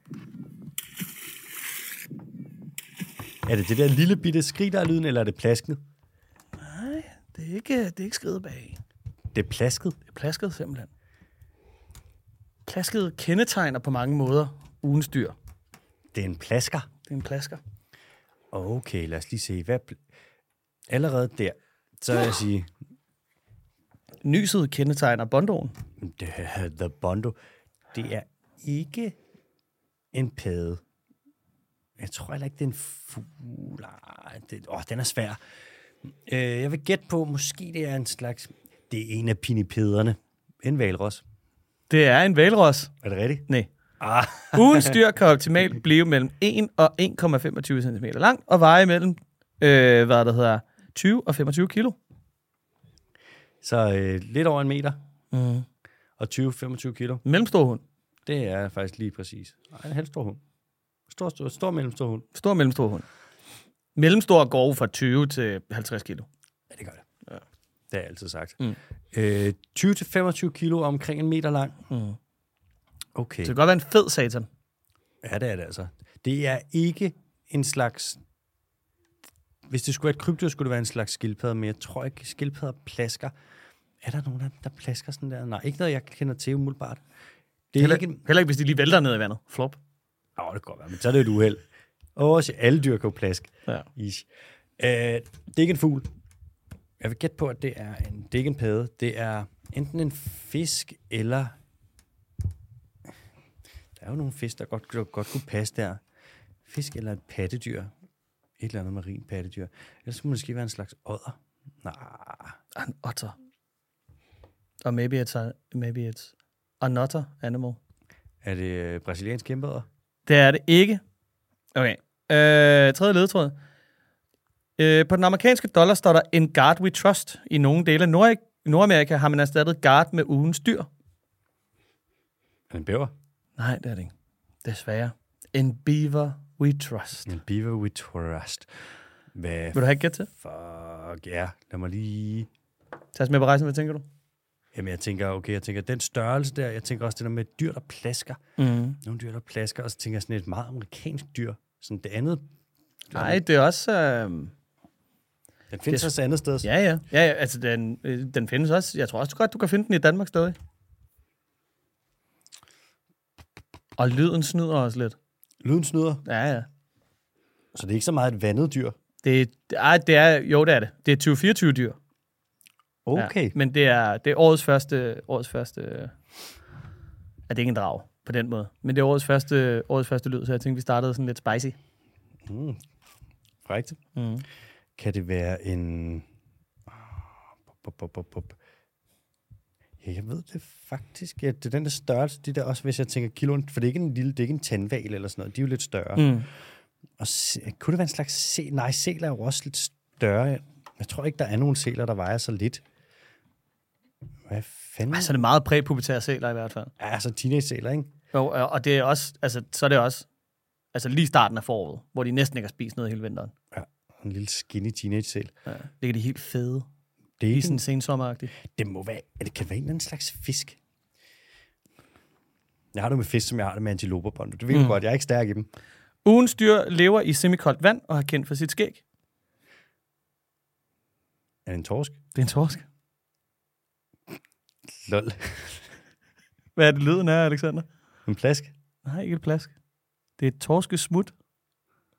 Speaker 1: Er det det der lille bitte skrig, der er lyden, eller er det plasket?
Speaker 2: Det er ikke, det er ikke skridt bag.
Speaker 1: Det er plasket.
Speaker 2: Det er plasket simpelthen. Plasket kendetegner på mange måder ugens dyr.
Speaker 1: Det er en plasker.
Speaker 2: Det er en plasker.
Speaker 1: Okay, lad os lige se. Hvad pl- Allerede der, så vil jeg sige,
Speaker 2: Nyset kendetegner bondoen.
Speaker 1: det er The Bondo. Det er ikke en pæde. Jeg tror heller ikke, det er en fugl. Ej, det- Åh, den er svær. Øh, jeg vil gætte på, måske det er en slags... Det er en af pinipederne. En valros.
Speaker 2: Det er en valros.
Speaker 1: Er det rigtigt?
Speaker 2: Nej.
Speaker 1: Ah,
Speaker 2: Ugens dyr kan optimalt blive mellem 1 og 1,25 cm lang og veje mellem, øh, hvad der hedder, 20 og 25 kilo.
Speaker 1: så øh, lidt over en meter
Speaker 2: Mm.
Speaker 1: og 20-25 kilo.
Speaker 2: Mellemstor hund.
Speaker 1: Det er faktisk lige præcis. Ej, en halv stor hund. Stor, stor, stor mellemstor hund.
Speaker 2: Stor og mellemstor hund. Mellemstor går jo fra 20 til 50 kilo.
Speaker 1: Ja, det gør det. Ja. Det har jeg altid sagt.
Speaker 2: Mm.
Speaker 1: Mm. Øh, 20-25 kilo omkring en meter lang.
Speaker 2: Mm.
Speaker 1: Okay.
Speaker 2: Så det kan godt være en fed satan.
Speaker 1: Ja, det er det altså. Det er ikke en slags... Hvis det skulle være et krybdyr, skulle det være en slags skildpadde, men jeg tror ikke, skildpadder plasker. Er der nogen, der, der plasker sådan der? Nej, ikke noget, jeg kender til umiddelbart. Det er Heller...
Speaker 2: Heller,
Speaker 1: ikke en...
Speaker 2: heller ikke, hvis de lige vælter ned i vandet. Flop.
Speaker 1: Åh, det kan godt være, men så er det jo et uheld. Åh, se, alle dyr kan jo plaske.
Speaker 2: Ja.
Speaker 1: Ish. Øh, det er ikke en fugl. Jeg vil gætte på, at det er en, det er ikke en padde. Det er enten en fisk, eller... Der er jo nogle fisk, der godt, der godt kunne passe der. Fisk eller et pattedyr. Et eller andet marin pattedyr. Ellers skulle det måske være en slags ådder. Nej,
Speaker 2: An otter. Og maybe it's, a, maybe it's another animal.
Speaker 1: er det øh, brasiliansk kæmpeådder?
Speaker 2: Det er det ikke. Okay. Øh, tredje ledetråd. Øh, på den amerikanske dollar står der In God We Trust i nogle dele af Nord- Nordamerika har man erstattet gard med ugens dyr.
Speaker 1: Er det en bæver?
Speaker 2: Nej, det er det ikke. Desværre. En beaver we trust.
Speaker 1: En beaver we trust. Hvad
Speaker 2: Vil du have et gæt til?
Speaker 1: fuck ja, lad mig lige...
Speaker 2: Tag os med på rejsen, hvad tænker du?
Speaker 1: Jamen, jeg tænker, okay, jeg tænker, den størrelse der, jeg tænker også det der med et dyr, der plasker.
Speaker 2: Mm.
Speaker 1: Nogle dyr, der plasker, og så tænker jeg sådan et meget amerikansk dyr. Sådan det andet,
Speaker 2: Nej, det er også... Øh...
Speaker 1: den findes
Speaker 2: Det-
Speaker 1: også andet sted.
Speaker 2: Ja, ja. ja, ja altså, den, øh, den findes også. Jeg tror også du godt, du kan finde den i Danmark stadig. Og lyden snyder også lidt.
Speaker 1: Lyden snyder,
Speaker 2: Ja, ja.
Speaker 1: så det er ikke så meget et vandet dyr.
Speaker 2: Det, ej, det er, jo, det er det. Det er 2024-dyr.
Speaker 1: Okay.
Speaker 2: Ja. Men det er, det er årets første... Årets første øh, er det er ikke en drag på den måde. Men det er årets første, årets første lyd, så jeg tænkte, vi startede sådan lidt spicy.
Speaker 1: Mm. Frækt.
Speaker 2: Mm.
Speaker 1: Kan det være en... Ah, Bup, bup, bup, bup. Ja, jeg ved det faktisk. Ja, det er den der størrelse, de der også, hvis jeg tænker kiloen, for det er ikke en lille, det er ikke en tandval eller sådan noget, de er jo lidt større.
Speaker 2: Mm.
Speaker 1: Og se, kunne det være en slags sel? Nej, seler er jo også lidt større. Jeg tror ikke, der er nogen seler, der vejer så lidt. Hvad fanden?
Speaker 2: Altså, det er meget præpubertære sæler i hvert fald.
Speaker 1: Ja, altså teenage-seler, ikke?
Speaker 2: Jo, og og det er også, altså, så er det også, altså lige starten af foråret, hvor de næsten ikke har spist noget hele vinteren.
Speaker 1: En lille skinny teenage-sel.
Speaker 2: Ja. Det er de helt fede.
Speaker 1: Det, er
Speaker 2: Lige
Speaker 1: ikke
Speaker 2: sådan
Speaker 1: en,
Speaker 2: sensommeragtigt.
Speaker 1: det må være, det kan være en eller anden slags fisk. Jeg har det med fisk, som jeg har det med antiloperbånd. Det ved du
Speaker 2: Mm.
Speaker 1: godt, jeg er ikke stærk i dem.
Speaker 2: Ugens dyr lever i semikoldt vand og har kendt for sit skæg.
Speaker 1: Er det en torsk?
Speaker 2: Det er en torsk.
Speaker 1: Lol.
Speaker 2: Hvad er det lyden af, Alexander?
Speaker 1: En plask?
Speaker 2: Nej, ikke et plask. Det er et torskesmut.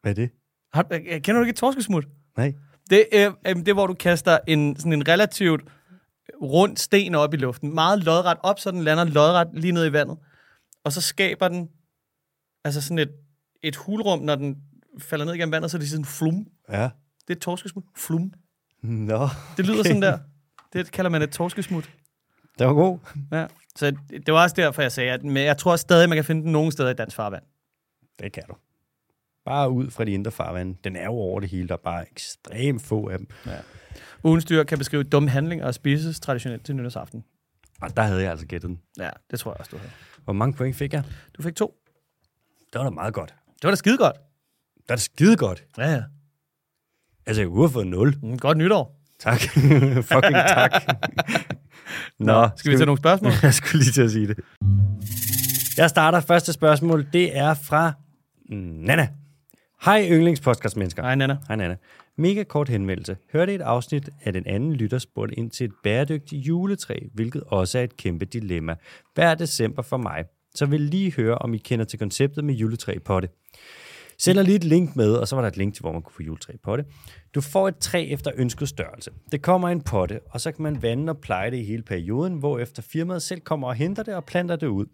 Speaker 1: Hvad er det?
Speaker 2: Har, øh, kender du ikke et torskesmut?
Speaker 1: Nej.
Speaker 2: Det, øh, øh, det er, hvor du kaster en, sådan en relativt rund sten op i luften. Meget lodret op, så den lander lodret lige ned i vandet. Og så skaber den altså sådan et, et hulrum, når den falder ned igennem vandet, så er det sådan flum.
Speaker 1: Ja.
Speaker 2: Det er et torskesmut. Flum.
Speaker 1: Nå.
Speaker 2: Det lyder
Speaker 1: Okay.
Speaker 2: okay. sådan der. Det kalder man et torskesmut.
Speaker 1: Det var god.
Speaker 2: Ja. Så det, det var også derfor, jeg sagde, at men jeg tror stadig, man kan finde den nogen steder i dansk farvand.
Speaker 1: Det kan du. Bare ud fra de indre farvande. Den er jo over det hele. Der er bare ekstremt få af dem.
Speaker 2: Ugens dyr kan beskrive dumme handlinger og spises traditionelt til nytårsaften.
Speaker 1: Og der havde jeg altså gættet den.
Speaker 2: Ja, det tror jeg også, du havde.
Speaker 1: Hvor mange point fik jeg?
Speaker 2: Du fik to.
Speaker 1: Det var da meget godt.
Speaker 2: Det var da skide godt.
Speaker 1: Det var da skide godt.
Speaker 2: Ja, ja.
Speaker 1: Altså, jeg kunne have fået 0.
Speaker 2: Mm, godt nytår.
Speaker 1: Tak. Fucking tak. Nå,
Speaker 2: Skal vi tage nogle spørgsmål?
Speaker 1: Jeg skulle lige til at sige det. Jeg starter. Første spørgsmål, det er fra Nana. Hej yndlingspodcastmennesker.
Speaker 2: Nej, Nana.
Speaker 1: Hej Nana. Mega kort henvendelse. Hørte et afsnit, at en anden lytter spurgte ind til et bæredygtigt juletræ, hvilket også er et kæmpe dilemma. Hver december for mig. Så vil lige høre, om I kender til konceptet med juletræ på det. Sender lige et link med, og så var der et link til, hvor man kunne få juletræ i potte. Du får et træ efter ønsket størrelse. Det kommer i en potte, og så kan man vande og pleje det i hele perioden, hvor efter firmaet selv kommer og henter det og planter det ud.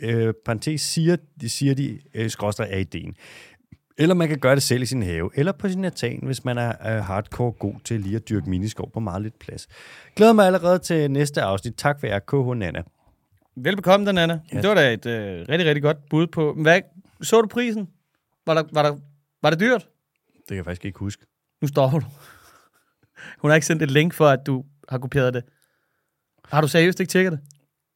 Speaker 1: Øh, parentes siger, de siger de, øh, skråstrej er ideen. Eller man kan gøre det selv i sin have, eller på sin altan, hvis man er øh, hardcore god til lige at dyrke miniskov på meget lidt plads. Glæder mig allerede til næste afsnit. Tak for jer, KH Nana.
Speaker 2: Velbekomme der, Nana. Ja. Det var da et øh, rigtig, rigtig godt bud på. Men Hvad, så du prisen? Var, der, var, der, var det dyrt?
Speaker 1: Det kan jeg faktisk ikke huske.
Speaker 2: Nu stopper du. Hun har ikke sendt et link for, at du har kopieret det. Har du seriøst ikke tjekket det?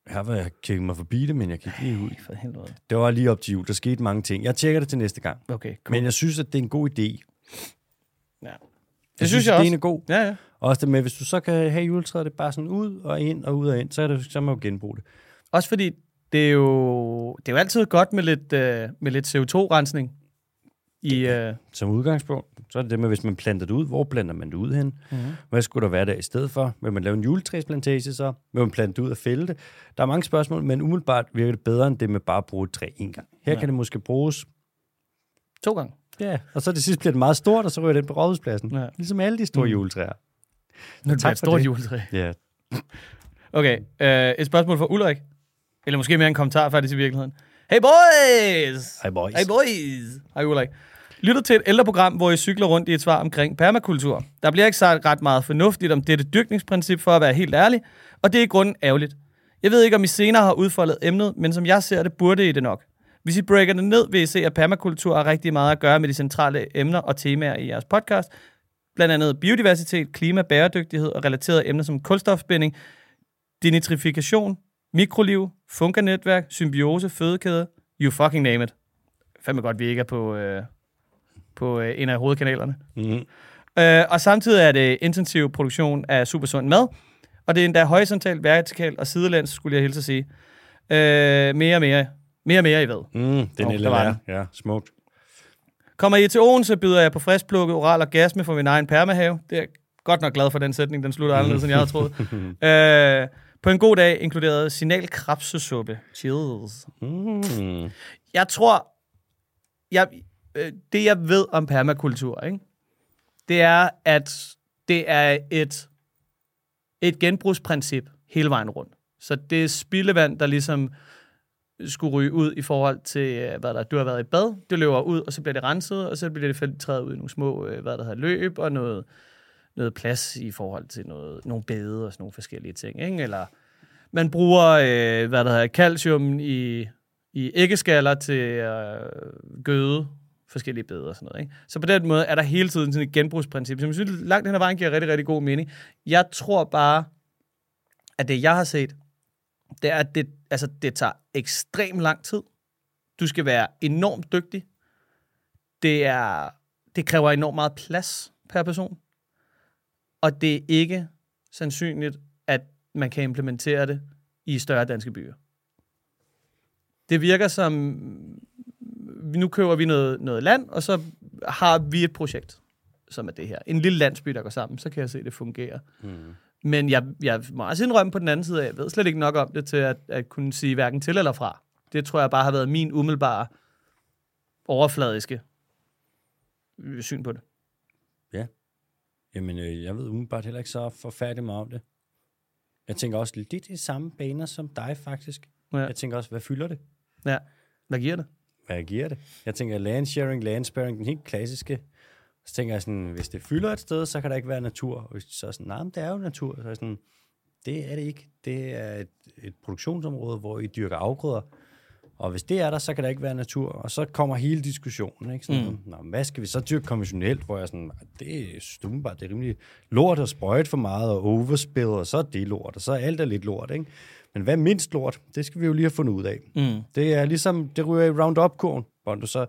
Speaker 1: Jeg har været kigget mig forbi det, men jeg kan ikke lige ud.
Speaker 2: For helvede.
Speaker 1: Det var lige op til jul. Der skete mange ting. Jeg tjekker det til næste gang.
Speaker 2: Okay, cool.
Speaker 1: Men jeg synes, at det er en god idé. Jeg
Speaker 2: Ja. Det synes jeg også.
Speaker 1: Det er god.
Speaker 2: Ja, ja.
Speaker 1: Også det med, hvis du så kan have juletræet, det er bare sådan ud og ind og ud og ind, så, er det, så må man jo genbruge det.
Speaker 2: Også fordi, det er jo, det er jo altid godt med lidt, øh, med lidt CO2-rensning. I, øh,
Speaker 1: Som udgangspunkt, så er det det med, hvis man planter det ud, hvor planter man det ud hen? Mm-hmm. Hvad skulle der være der i stedet for? Vil man lave en juletræsplantage så? Vil man plante det ud og fælde det? Der er mange spørgsmål, men umiddelbart virker det bedre, end det med bare at bruge et træ en gang. Her ja. kan det måske bruges.
Speaker 2: to gange.
Speaker 1: Ja, og så det sidste bliver det meget stort, og så ryger det ind på rådhuspladsen. Ja.
Speaker 2: Ja.
Speaker 1: Ligesom alle de store mm. juletræer.
Speaker 2: Når
Speaker 1: Tak
Speaker 2: det bliver et
Speaker 1: for
Speaker 2: stort
Speaker 1: det.
Speaker 2: juletræ.
Speaker 1: Ja,
Speaker 2: Okay, øh, et spørgsmål fra Ulrik. Eller måske mere en kommentar faktisk i virkeligheden. Hey boys!
Speaker 1: Hej, boys.
Speaker 2: Hey boys! Hej Ulrik. Lytter til et ældreprogram, hvor I cykler rundt i et svar omkring permakultur. Der bliver ikke sagt ret meget fornuftigt om dette dyrkningsprincip, for at være helt ærlig, og det er i grunden ærgerligt. Jeg ved ikke, om I senere har udfoldet emnet, men som jeg ser det, burde I det nok. Hvis I breaker det ned, vil I se, at permakultur har rigtig meget at gøre med de centrale emner og temaer i jeres podcast. blandt andet biodiversitet, klima, bæredygtighed og relaterede emner som kulstofbinding, denitrifikation, mikroliv, funkernetværk, symbiose, fødekæde, you fucking name it. Fandme godt, vi ikke er på, øh, på øh, en af hovedkanalerne.
Speaker 1: Mm.
Speaker 2: Øh, og samtidig er det intensiv produktion af supersund mad, og det er endda horisontalt, vertikalt og sidelæns, skulle jeg hilse at sige. Øh, mere og mere. Mere og mere, I ved.
Speaker 1: Mm, den
Speaker 2: Hov,
Speaker 1: oh,
Speaker 2: der var
Speaker 1: LLR. Ja, smukt.
Speaker 2: Kommer I til Odense, så byder jeg på friskplukket oral orgasme fra min egen permahave. Det er jeg godt nok glad for, den sætning. Den slutter anderledes, end jeg havde troet. øh, på en god dag inkluderede signalkrabsesuppe. Chills.
Speaker 1: Mm.
Speaker 2: Jeg tror, jeg, øh, det jeg ved om permakultur, ikke? det er, at det er et, et genbrugsprincip hele vejen rundt. Så det er spildevand, der ligesom skulle ryge ud i forhold til, øh, hvad der, du har været i bad, det løber ud, og så bliver det renset, og så bliver det filtreret ud i nogle små, øh, hvad der hedder, løb, og noget, noget plads i forhold til noget, nogle bede og sådan nogle forskellige ting. Ikke? Eller man bruger, øh, hvad der hedder, calcium i, i æggeskaller til øh, gøde forskellige beder og sådan noget. Ikke? Så på den måde er der hele tiden sådan et genbrugsprincip, som jeg synes langt hen ad vejen giver rigtig, rigtig god mening. Jeg tror bare, at det, jeg har set, det er, at det, altså, det tager ekstremt lang tid. Du skal være enormt dygtig. Det, er, det kræver enormt meget plads per person. Og det er ikke sandsynligt, at man kan implementere det i større danske byer. Det virker som, nu køber vi noget, noget land, og så har vi et projekt, som er det her. En lille landsby, der går sammen, så kan jeg se, det fungerer.
Speaker 1: Mm.
Speaker 2: Men jeg, jeg må også indrømme på den anden side, at jeg ved slet ikke nok om det til at, at kunne sige hverken til eller fra. Det tror jeg bare har været min umiddelbare overfladiske øh, syn på det.
Speaker 1: Jamen, øh, jeg ved umiddelbart heller ikke så forfærdelig meget om det. Jeg tænker også lidt i samme baner som dig, faktisk.
Speaker 2: Ja.
Speaker 1: Ja. Jeg tænker også, hvad fylder det?
Speaker 2: Ja. Hvad giver det?
Speaker 1: Hvad giver det? Jeg tænker land sharing, land sparing, den helt klassiske. Så tænker jeg sådan, hvis det fylder et sted, så kan der ikke være natur. Og hvis- så er jeg sådan, nej, men det er jo natur. Så er jeg sådan, det er det ikke. Det er et, et produktionsområde, hvor I dyrker afgrøder. Og hvis det er der, så kan der ikke være natur. Og så kommer hele diskussionen. Ikke? Sådan, mm. Nå, men hvad skal vi så dyrke konventionelt? Hvor jeg er sådan, "Ah, det er stumbar, det er rimelig lort at sprøjte for meget, og overspil, og så er det lort, og så er alt er lidt lort. Ikke? Men hvad er mindst lort? Det skal vi jo lige have fundet ud af. Mm. Det er ligesom, det ryger i Roundup-kurven, Bondo. Så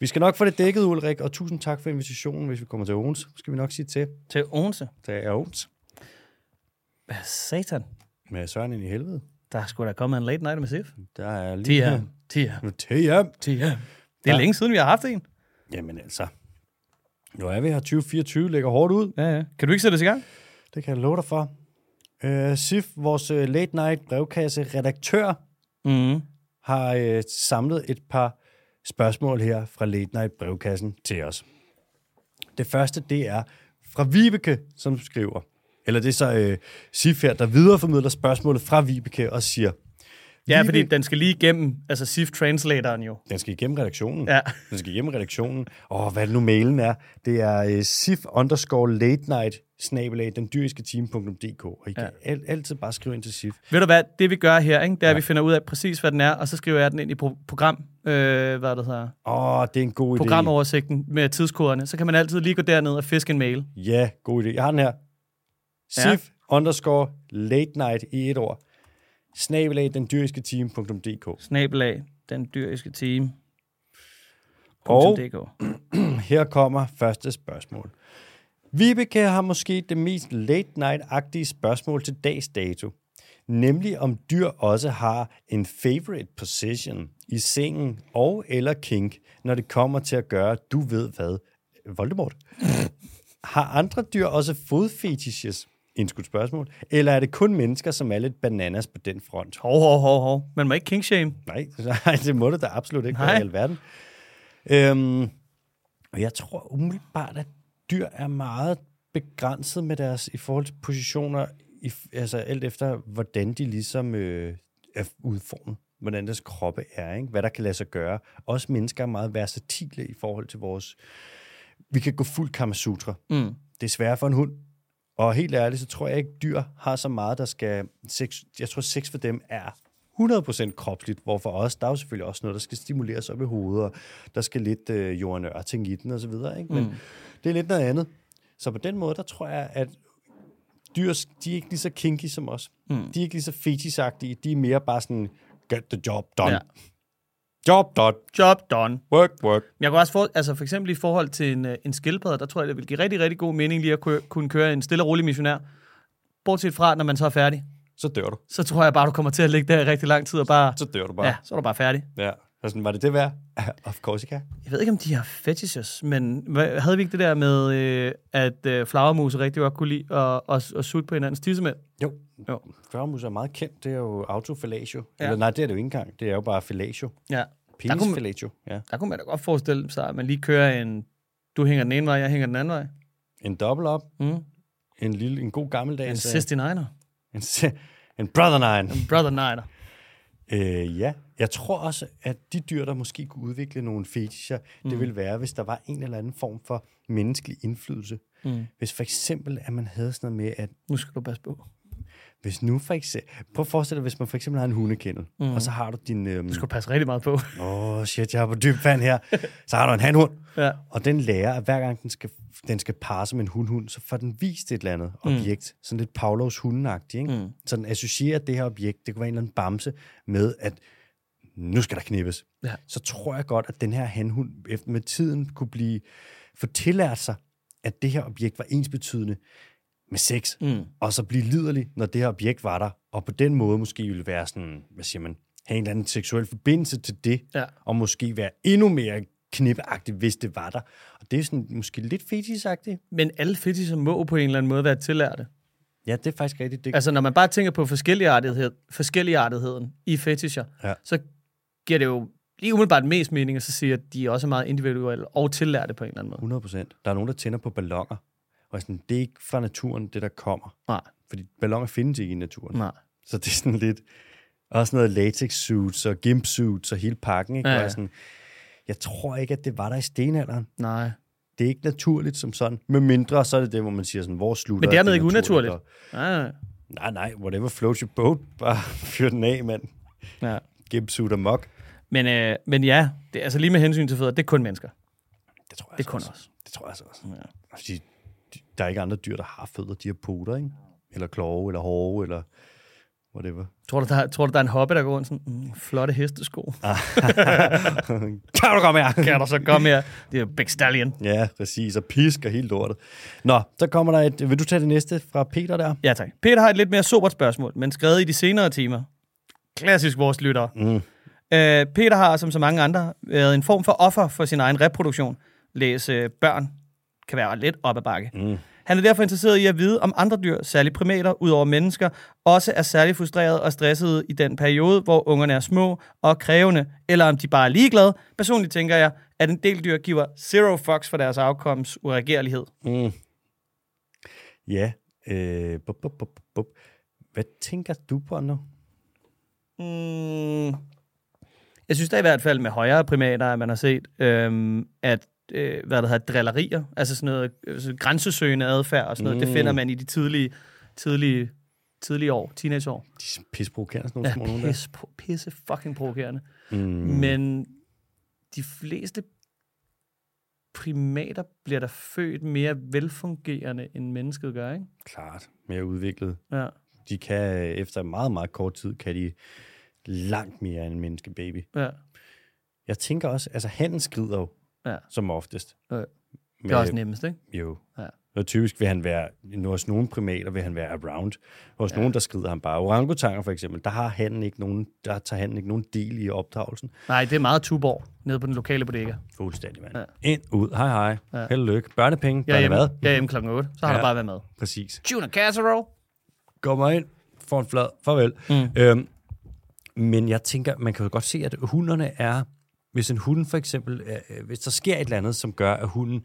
Speaker 1: vi skal nok få det dækket, Ulrik, og tusind tak for invitationen, hvis vi kommer til Odense. så skal vi nok sige til.
Speaker 2: Til Odense.
Speaker 1: Der er Odense.
Speaker 2: Hvad satan?
Speaker 1: Med Søren ind i helvede.
Speaker 2: Der skulle da komme en late night med Sif.
Speaker 1: Der er lige...
Speaker 2: Tia. Tia.
Speaker 1: TM.
Speaker 2: Tia. Det er
Speaker 1: Ja.
Speaker 2: længe siden, vi har haft en.
Speaker 1: Jamen altså. Nu er vi her 2024, lægger hårdt ud.
Speaker 2: Ja, ja. Kan du ikke sætte os i gang?
Speaker 1: Det kan jeg love dig for. Øh, Sif, vores øh, late night brevkasse redaktør,
Speaker 2: Mm.
Speaker 1: har øh, samlet et par spørgsmål her fra late night brevkassen til os. Det første, det er fra Vibeke, som skriver. Eller det er så øh, Sif her, der videreformidler spørgsmålet fra Vibeke og siger,
Speaker 2: Ja,
Speaker 1: Vibe-
Speaker 2: fordi den skal lige igennem, altså Sif Translatoren jo.
Speaker 1: Den skal igennem redaktionen.
Speaker 2: Ja.
Speaker 1: Den skal igennem redaktionen. Og hvad er det nu mailen er? Det er uh, sif underscore late night snabelag den dyriske time.dk. Og I kan ja. al- altid bare skrive ind til sif.
Speaker 2: Ved du hvad, det vi gør her, ikke, det er, at vi finder ud af præcis, hvad den er, og så skriver jeg den ind i pro- program, øh, hvad det hedder,
Speaker 1: Åh, det er en god idé.
Speaker 2: programoversigten med tidskoderne, så kan man altid lige gå derned og fiske en mail.
Speaker 1: Ja, god idé. Jeg har den her. Sif underscore late night i et ord. Snabelag den dyriske time.dk.
Speaker 2: Snabelag, den dyriske team.
Speaker 1: Og-
Speaker 2: .dk.
Speaker 1: Her kommer første spørgsmål. Vibeke har måske det mest late night-agtige spørgsmål til dags dato. Nemlig om dyr også har en favorite position i sengen og eller kink, når det kommer til at gøre du ved hvad. Voldemort. Har andre dyr også fodfetishes? Indskudt spørgsmål. Eller er det kun mennesker, som er lidt bananas på den front?
Speaker 2: Hov, hov, hov, hov. Man må ikke kingshame.
Speaker 1: Nej, nej det må det da absolut ikke
Speaker 2: Nej.
Speaker 1: være i alverden. Øhm, og jeg tror umiddelbart, at dyr er meget begrænset med deres i forhold til positioner, i, altså alt efter, hvordan de ligesom øh, er udformet, hvordan deres kroppe er, ikke? hvad der kan lade sig gøre. Også mennesker er meget versatile i forhold til vores... Vi kan gå fuldt kamasutra.
Speaker 2: Mm.
Speaker 1: Det er sværere for en hund. Og helt ærligt, så tror jeg ikke, dyr har så meget, der skal... Sex, jeg tror, sex for dem er 100% kropsligt, hvor for os, der er jo selvfølgelig også noget, der skal stimuleres op i hovedet, og der skal lidt øh, jorden og ting i den og så videre, ikke? Men mm. det er lidt noget andet. Så på den måde, der tror jeg, at dyr, de er ikke lige så kinky som os. Mm. De er ikke lige så fetisagtige. De er mere bare sådan, get the job done. Ja.
Speaker 2: Ja.
Speaker 1: Job done.
Speaker 2: Job done.
Speaker 1: Work, work.
Speaker 2: Men Jeg kunne også for, altså for eksempel i forhold til en, øh, en skildpadde, der tror jeg, det vil give rigtig, rigtig god mening lige at kø- kunne køre en stille og rolig missionær. Bortset fra, når man så er færdig,
Speaker 1: Så dør du.
Speaker 2: så tror jeg bare, du kommer til at ligge der i rigtig lang tid og bare...
Speaker 1: Så dør du bare.
Speaker 2: Ja, så er du bare færdig.
Speaker 1: ja. Og sådan, var det det værd? of course it can.
Speaker 2: Jeg ved ikke, om de har fetishes, men hvad, havde vi ikke det der med, øh, at øh, flagermus rigtig godt kunne lide at, at, at sutte på hinandens tissemænd?
Speaker 1: Jo.
Speaker 2: Jo.
Speaker 1: Flagermus er meget kendt. Det er jo autofellatio. Ja.
Speaker 2: Ja.
Speaker 1: Eller nej, det er det jo ikke engang. Det er jo bare fellatio.
Speaker 2: Ja. Der kunne, man-
Speaker 1: Penisfellatio. Ja.
Speaker 2: der kunne man da godt forestille sig, at man lige kører en... Du hænger den ene vej, jeg hænger den anden vej.
Speaker 1: En double up.
Speaker 2: Mm.
Speaker 1: En, lille, en god gammeldags...
Speaker 2: En
Speaker 1: øh,
Speaker 2: 69'er.
Speaker 1: en, si- en brother nine.
Speaker 2: En brother nighter.
Speaker 1: Øh, ja, jeg tror også, at de dyr, der måske kunne udvikle nogle fetischer, mm. det ville være, hvis der var en eller anden form for menneskelig indflydelse. Mm. Hvis for eksempel, at man havde sådan noget med, at
Speaker 2: Nu skal du passe på.
Speaker 1: hvis nu for eksempel... Prøv at forestille dig, hvis man for eksempel har en hundekendel, mm. og så har du din... Øhm,
Speaker 2: Du skal passe rigtig meget på.
Speaker 1: Åh, oh, shit, jeg er på dyb vand her. Så har du en handhund.
Speaker 2: Ja.
Speaker 1: Og den lærer, at hver gang den skal, den skal parre som en hundhund, så får den vist et eller andet objekt. Sådan lidt Pavlovs hundenagtigt, ikke? Mm. Så den associerer det her objekt, det kunne være en eller anden bamse, med at nu skal der knippes.
Speaker 2: Ja.
Speaker 1: Så tror jeg godt, at den her handhund efter med tiden kunne blive, få tillært sig, at det her objekt var ensbetydende med sex, mm. og så blive liderlig, når det her objekt var der, og på den måde måske ville være sådan, hvad siger man, have en eller anden seksuel forbindelse til det,
Speaker 2: Ja.
Speaker 1: og måske være endnu mere knipagtig, hvis det var der. Og det er sådan måske lidt fetisagtigt.
Speaker 2: Men alle fetisher må på en eller anden måde være tillærte.
Speaker 1: Ja, det er faktisk rigtigt. Det.
Speaker 2: Altså, når man bare tænker på forskelligartighed, forskelligartigheden i fetisher,
Speaker 1: Ja.
Speaker 2: så giver det jo lige umiddelbart mest mening at så sige, at de også er meget individuelle og tillærte på en eller anden måde.
Speaker 1: 100 procent. Der er nogen, der tænder på ballonger, og er sådan, det er ikke fra naturen, det der kommer.
Speaker 2: Nej,
Speaker 1: Fordi ballonger findes ikke i naturen.
Speaker 2: nej.
Speaker 1: Så det er sådan lidt... Også noget latex suits og gimp suits og hele pakken. Ikke?
Speaker 2: Ja,
Speaker 1: Ja,
Speaker 2: ja.
Speaker 1: ja. Sådan, jeg tror ikke, at det var der i stenalderen.
Speaker 2: Nej.
Speaker 1: Det er ikke naturligt som sådan. Med mindre, så er det det, hvor man siger sådan, hvor slutter
Speaker 2: Men dermed
Speaker 1: det
Speaker 2: ikke
Speaker 1: naturligt,
Speaker 2: unaturligt.
Speaker 1: og-
Speaker 2: Nej, nej.
Speaker 1: Nej, nej, whatever floats your boat. Bare fyr den af, mand.
Speaker 2: Ja.
Speaker 1: Gimp suit og mok.
Speaker 2: Men, øh, men ja, det, altså lige med hensyn til fødder, det er kun mennesker.
Speaker 1: Det tror jeg
Speaker 2: Det
Speaker 1: altså
Speaker 2: er kun
Speaker 1: også.
Speaker 2: os.
Speaker 1: Det tror jeg altså også. Ja. Fordi de- der er ikke andre dyr, der har fødder. De har poter, ikke? Eller kloge, eller hårde, eller whatever.
Speaker 2: Tror du, der, er- tror du, der er en hoppe, der går rundt sådan, mm, flotte hestesko?
Speaker 1: kan du komme her?
Speaker 2: Kan der så komme her? Det er jo Big Stallion.
Speaker 1: Ja, præcis. Og pisker helt lortet. Nå, så kommer der et... Vil du tage det næste fra Peter der?
Speaker 2: Ja, tak. Peter har et lidt mere sobert spørgsmål, men skrevet i de senere timer. Klassisk vores lyttere. Mm. Øh, Peter har, som så mange andre, været en form for offer for sin egen reproduktion. Læs øh, børn kan være lidt op ad bakke. Mm. Han er derfor interesseret i at vide, om andre dyr, særligt primater, udover mennesker, også er særlig frustrerede og stressede i den periode, hvor ungerne er små og krævende, eller om de bare er ligeglade. Personligt tænker jeg, at en del dyr giver zero fucks for deres afkoms uregerlighed.
Speaker 1: Ja. Øh, bup, bup, bup, bup, bup. Hvad tænker du på nu?
Speaker 2: Mm. Jeg synes da i hvert fald med højere primater, at man har set, øhm, at øh, hvad der hedder, drillerier, altså sådan noget øh, sådan grænsesøgende adfærd og sådan noget, mm. det finder man i de tidlige, tidlige, tidlige år, teenageår.
Speaker 1: De er pisprovokerende, sådan nogle
Speaker 2: Ja,
Speaker 1: små nogen der.
Speaker 2: pisse, pro- pisse fucking provokerende. Mm. Men de fleste primater bliver der født mere velfungerende, end mennesket gør, ikke?
Speaker 1: Klart. Mere udviklet.
Speaker 2: Ja.
Speaker 1: De kan øh, efter meget, meget kort tid, kan de langt mere end en menneskebaby.
Speaker 2: ja.
Speaker 1: Jeg tænker også, altså handen skrider jo,
Speaker 2: Ja.
Speaker 1: som oftest.
Speaker 2: Ja. Det
Speaker 1: Men,
Speaker 2: er også nemmest, ikke?
Speaker 1: Jo.
Speaker 2: Ja.
Speaker 1: Og typisk vil han være, hos nogle primater vil han være around. Hos ja. nogen, der skrider han bare. Orangutanger for eksempel, der har han ikke nogen, der tager han ikke nogen del i opdragelsen.
Speaker 2: Nej, det er meget Tuborg, nede på den lokale bodega.
Speaker 1: Fuldstændig, mand. Ja.
Speaker 2: Ja.
Speaker 1: Ind, ud, hej, hej. Ja. Held og lykke. Børnepenge,
Speaker 2: Jeg er hjemme,
Speaker 1: børnemad.
Speaker 2: jeg er hjemme klokken 8, så har
Speaker 1: Ja.
Speaker 2: der bare været mad.
Speaker 1: Præcis.
Speaker 2: Tuna casserole.
Speaker 1: Kommer ind, får en flad, farvel. Mm. Øhm, men jeg tænker, man kan jo godt se, at hunderne er, hvis en hund for eksempel, øh, hvis der sker et eller andet, som gør, at hunden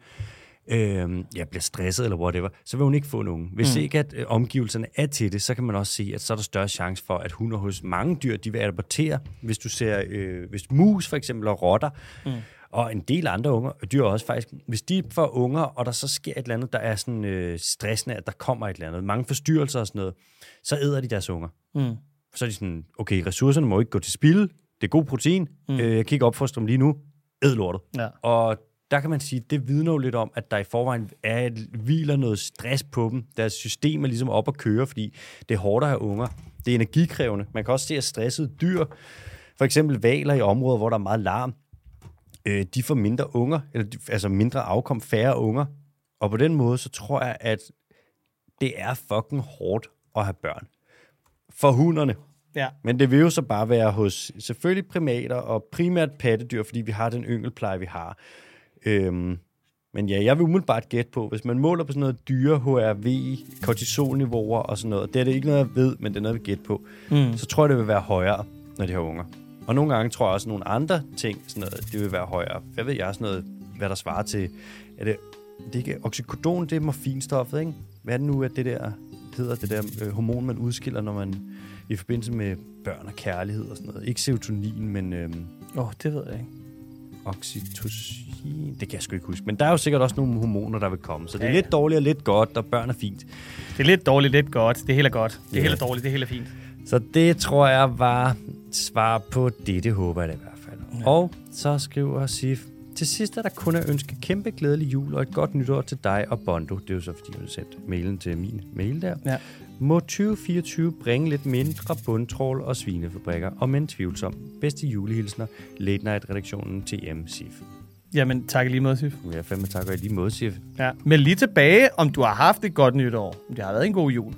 Speaker 1: øh, ja, bliver stresset eller whatever, så vil hun ikke få en unge. Hvis mm. ikke at øh, omgivelserne er til det, så kan man også se, at så er der større chance for, at hunder hos mange dyr, de vil adoptere. Hvis du ser, øh, hvis mus for eksempel og rotter, mm. og en del andre unger, dyr også faktisk, hvis de får unger, og der så sker et eller andet, der er sådan øh, stressende, at der kommer et eller andet, mange forstyrrelser og sådan noget, så æder de deres unger så er de sådan, okay, ressourcerne må ikke gå til spil. Det er god protein. Mm. Øh, jeg kigger op for dem lige nu. Æd lortet.
Speaker 2: Ja.
Speaker 1: Og der kan man sige, det vidner jo lidt om, at der i forvejen er, hviler noget stress på dem. Deres system er ligesom op at køre, fordi det er hårdt at have unger. Det er energikrævende. Man kan også se, at stressede dyr, for eksempel valer i områder, hvor der er meget larm, øh, de får mindre unger, eller de, altså mindre afkom, færre unger. Og på den måde, så tror jeg, at det er fucking hårdt at have børn. For hunderne.
Speaker 2: Ja.
Speaker 1: Men det vil jo så bare være hos selvfølgelig primater og primært pattedyr, fordi vi har den yngelpleje, vi har. Øhm, men ja, jeg vil umiddelbart gætte på, hvis man måler på sådan noget dyre HRV, kortisolniveauer og sådan noget, det er det ikke noget, jeg ved, men det er noget, vi gætte på, mm. så tror jeg, det vil være højere, når de har unger. Og nogle gange tror jeg også, at nogle andre ting, sådan noget, det vil være højere. Hvad ved jeg, sådan noget, hvad der svarer til, er det, det er ikke oxycodon, det er morfinstoffet, ikke? Hvad er det nu, at det der hedder, det der øh, hormon, man udskiller, når man i forbindelse med børn og kærlighed og sådan noget. Ikke serotonin, men... Øh,
Speaker 2: Åh, oh, det ved jeg ikke.
Speaker 1: Oxytocin, det kan jeg sgu ikke huske. Men der er jo sikkert også nogle hormoner, der vil komme. Så det er ja, lidt dårligt og lidt godt, og børn er fint.
Speaker 2: Det er lidt dårligt, lidt godt. Det hele er godt. Det yeah. hele er dårligt, det hele er fint.
Speaker 1: Så det tror jeg var svar på det, det håber jeg da i hvert fald. Ja. Og så skriver Sif, til sidst er der kun at ønske kæmpe glædelig jul og et godt nytår til dig og Bondo. Det er jo så, fordi hun sendte mailen til min mail der.
Speaker 2: Ja.
Speaker 1: Må 2024 bringe lidt mindre bundtrål og svinefabrikker, og men tvivlsom. Bedste julehilsner, Late Night-redaktionen TM Sif.
Speaker 2: Jamen, tak i lige måde, Sif.
Speaker 1: Ja, fandme tak og i lige måde, Sif.
Speaker 2: Ja. Men lige tilbage, om du har haft et godt nytår. Det har været en god jul.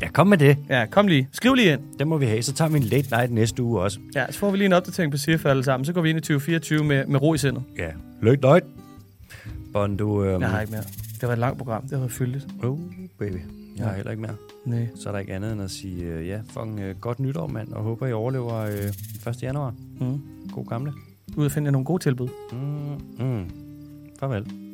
Speaker 1: Ja, kom med det.
Speaker 2: Ja, kom lige. Skriv lige ind.
Speaker 1: Det må vi have. Så tager vi en late night næste uge også.
Speaker 2: Ja, så får vi lige en opdatering på Sif alle sammen. Så går vi ind i 2024 med, med ro i sindet.
Speaker 1: Ja, late night. Bondo... Øhm...
Speaker 2: Jeg har ikke mere. Det var et langt program. Det var fyldigt.
Speaker 1: Oh, baby. Jeg har heller ikke mere.
Speaker 2: Nej.
Speaker 1: Så er der ikke andet end at sige, øh, ja, fucking øh, godt nytår, mand, og håber, I overlever øh, 1. januar.
Speaker 2: Mm.
Speaker 1: God gamle.
Speaker 2: Ud og finde jer nogle gode tilbud.
Speaker 1: Mm, mm. Farvel.